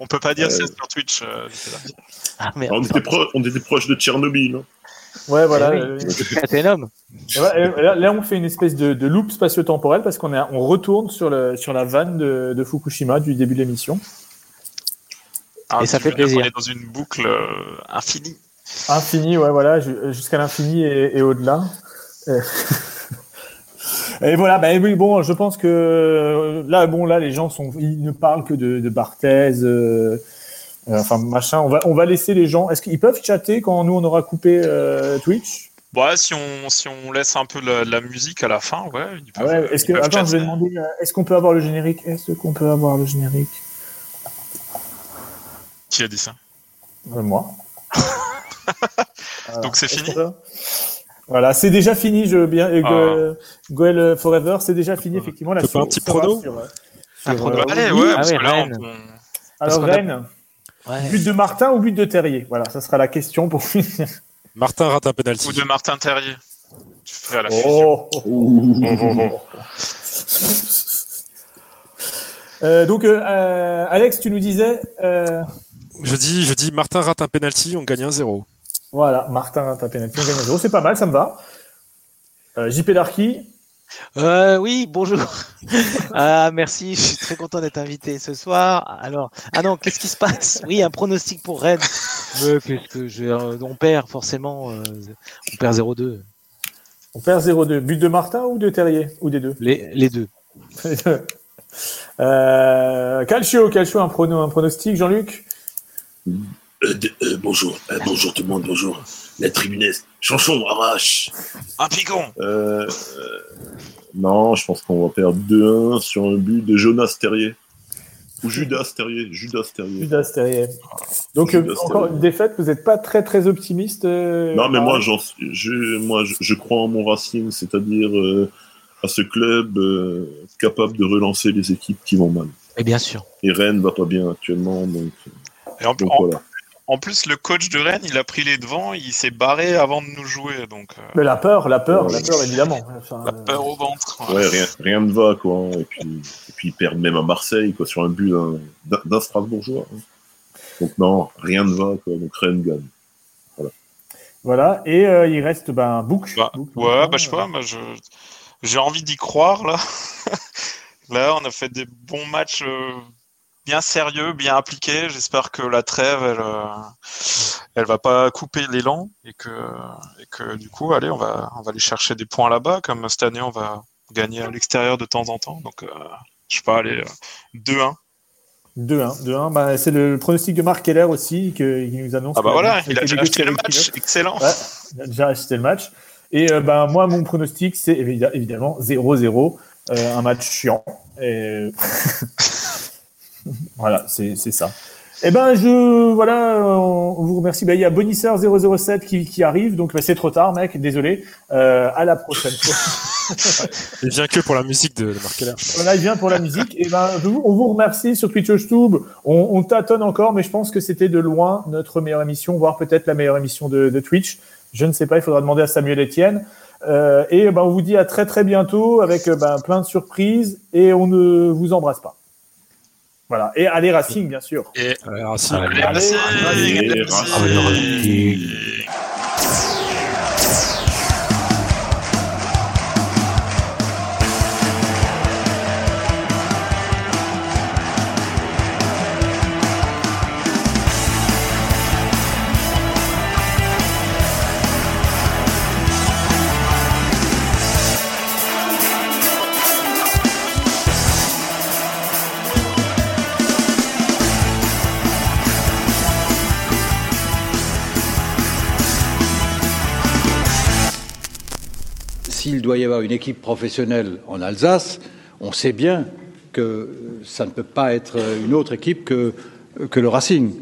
On peut pas dire
Euh.
ça sur Twitch. euh, Nicolas.
Ah, on, était pro- on était proche de Tchernobyl. hein.
Ouais, voilà.
Eh oui.
euh,
C'est Ah énorme.
et ouais, et là, là, on fait une espèce de, de loop spatio-temporel parce qu'on est, on retourne sur, le, sur la vanne de, de Fukushima du début de l'émission.
Ah,
Et ça
tu
fait
veux dire
plaisir.
qu'on est dans une boucle euh, infinie.
Infini, ouais, voilà, ju- jusqu'à l'infini et, et au-delà. Euh, Et voilà, bah oui, bon, je pense que euh, là, bon, là, les gens sont, ils ne parlent que de, de Barthez, euh, euh, enfin machin. On va, on va laisser les gens. Est-ce qu'ils peuvent chatter quand nous on aura coupé euh, Twitch
Bah, si on, si on laisse un peu de la, de la musique à la fin, ouais. euh, ils
Ah
peuvent-
ouais, Est-ce que,
ils peuvent
attends, je vais
chatter.
demander. euh, Est-ce qu'on peut avoir le générique Est-ce qu'on peut avoir le générique
Qui a dit ça
Euh, Moi.
Donc c'est fini
Voilà, c'est déjà fini. Je bien, et
Ah.
Goel, Goel, euh, Forever, c'est déjà fini effectivement. Là,
Faut pas
sur-
un petit
ça va
prono
sur, euh,
Un
sur,
prono.
euh,
Allez,
oui.
ouais, parce
Ah
que là,
Rennes.
on- parce
Alors
qu'on a-
Rennes, but de Martin ou but de Terrier Voilà, ça sera la question pour finir.
Martin rate un penalty.
Ou de Martin Terrier. Tu fais à la
Oh. Euh, donc euh, euh, Alex, tu nous disais, euh,
Je dis, je dis, Martin rate un penalty, on gagne 1-0.
voilà, Martin t'as pénalité, on gagne un zéro, c'est pas mal, ça me va. Euh, JP Darky,
Euh, oui, bonjour. Ah, merci, je suis très content d'être invité ce soir. Alors, ah non, qu'est-ce qui se passe Oui, un pronostic pour Rennes. Mais qu'est-ce que je- euh, on perd forcément, euh, on perd 0-2.
on perd 0-2. But de Martin ou de Terrier ou des deux
Les, les deux.
Euh, Calcio, Calcio, un, prono, un pronostic, Jean-Luc
Euh, de- euh, bonjour, Euh, bonjour tout le monde, bonjour. La tribune est. Chanchon, arrache
Un pigon
Euh, euh, non, je pense qu'on va perdre 2-1 sur un but de Jonas Terrier. Ou Judas Terrier. Judas Terrier.
Judas Terrier. Donc, euh,
Judas
encore
Terrier.
une défaite, vous n'êtes pas très très optimiste euh,
Non, mais
par-
moi, j'en suis- je, moi je, je crois en mon Racing, c'est-à-dire euh, à ce club euh, capable de relancer les équipes qui vont mal.
Et bien sûr.
Et Rennes va pas bien actuellement, donc,
Et en,
donc
en-
voilà.
en plus, le coach de Rennes, il a pris les devants, il s'est barré avant de nous jouer. Donc, euh,
Mais la peur, la peur,
Ouais.
la peur, évidemment. Enfin, euh,
peur au ventre.
Ouais, rien, rien ne va, quoi. hein. Et puis, et puis ils perdent même à Marseille, quoi, sur un but d'un- d'un d'un Strasbourgeois. hein. Donc non, rien ne va, quoi. Donc Rennes gagne.
Voilà, et euh, il reste ben, Book.
Bah,
Book,
ouais,
Martin,
bah, je sais pas, moi, je- j'ai envie d'y croire, là. là, on a fait des bons matchs euh, bien sérieux, bien appliqués. J'espère que la trêve, elle, euh, elle va pas couper l'élan et que, et que, du coup, allez, on va, on va aller chercher des points là-bas. Comme cette année, on va gagner à l'extérieur de temps en temps. Donc, euh, je sais pas, allez, euh, 2-1.
2-1, 2-1. Bah, c'est le pronostic de Marc Keller aussi que- qui nous annonce.
Ah bah
que-
voilà,
que
il a déjà
négocié
acheté le
avec
match.
Pilote.
Excellent.
Ouais, il a déjà acheté le match. Et euh, ben, moi, mon pronostic, c'est évi- évidemment 0-0. euh, un match chiant. Et... voilà, c'est c'est ça. Eh ben, je, voilà, euh, on vous remercie. Ben, il y a Bonisseur007 qui, qui arrive, donc ben, c'est trop tard, mec, désolé. Euh, à la prochaine fois.
Il vient que pour la musique de, de Marc Keller.
Voilà, il vient pour la musique. Et ben, vous- on vous remercie sur Twitch YouTube. On, on tâtonne encore, mais je pense que c'était de loin notre meilleure émission, voire peut-être la meilleure émission de, de Twitch. Je ne sais pas, il faudra demander à Samuel Etienne. Euh, et ben, on vous dit à très très bientôt avec euh, ben, plein de surprises et on ne vous embrasse pas. Voilà. Et allez Racing, bien sûr.
Et
Allez, Racing.
Allez, Racing.
Allez,
Racing.
S'il doit y avoir une équipe professionnelle en Alsace, on sait bien que ça ne peut pas être une autre équipe que, que le Racing.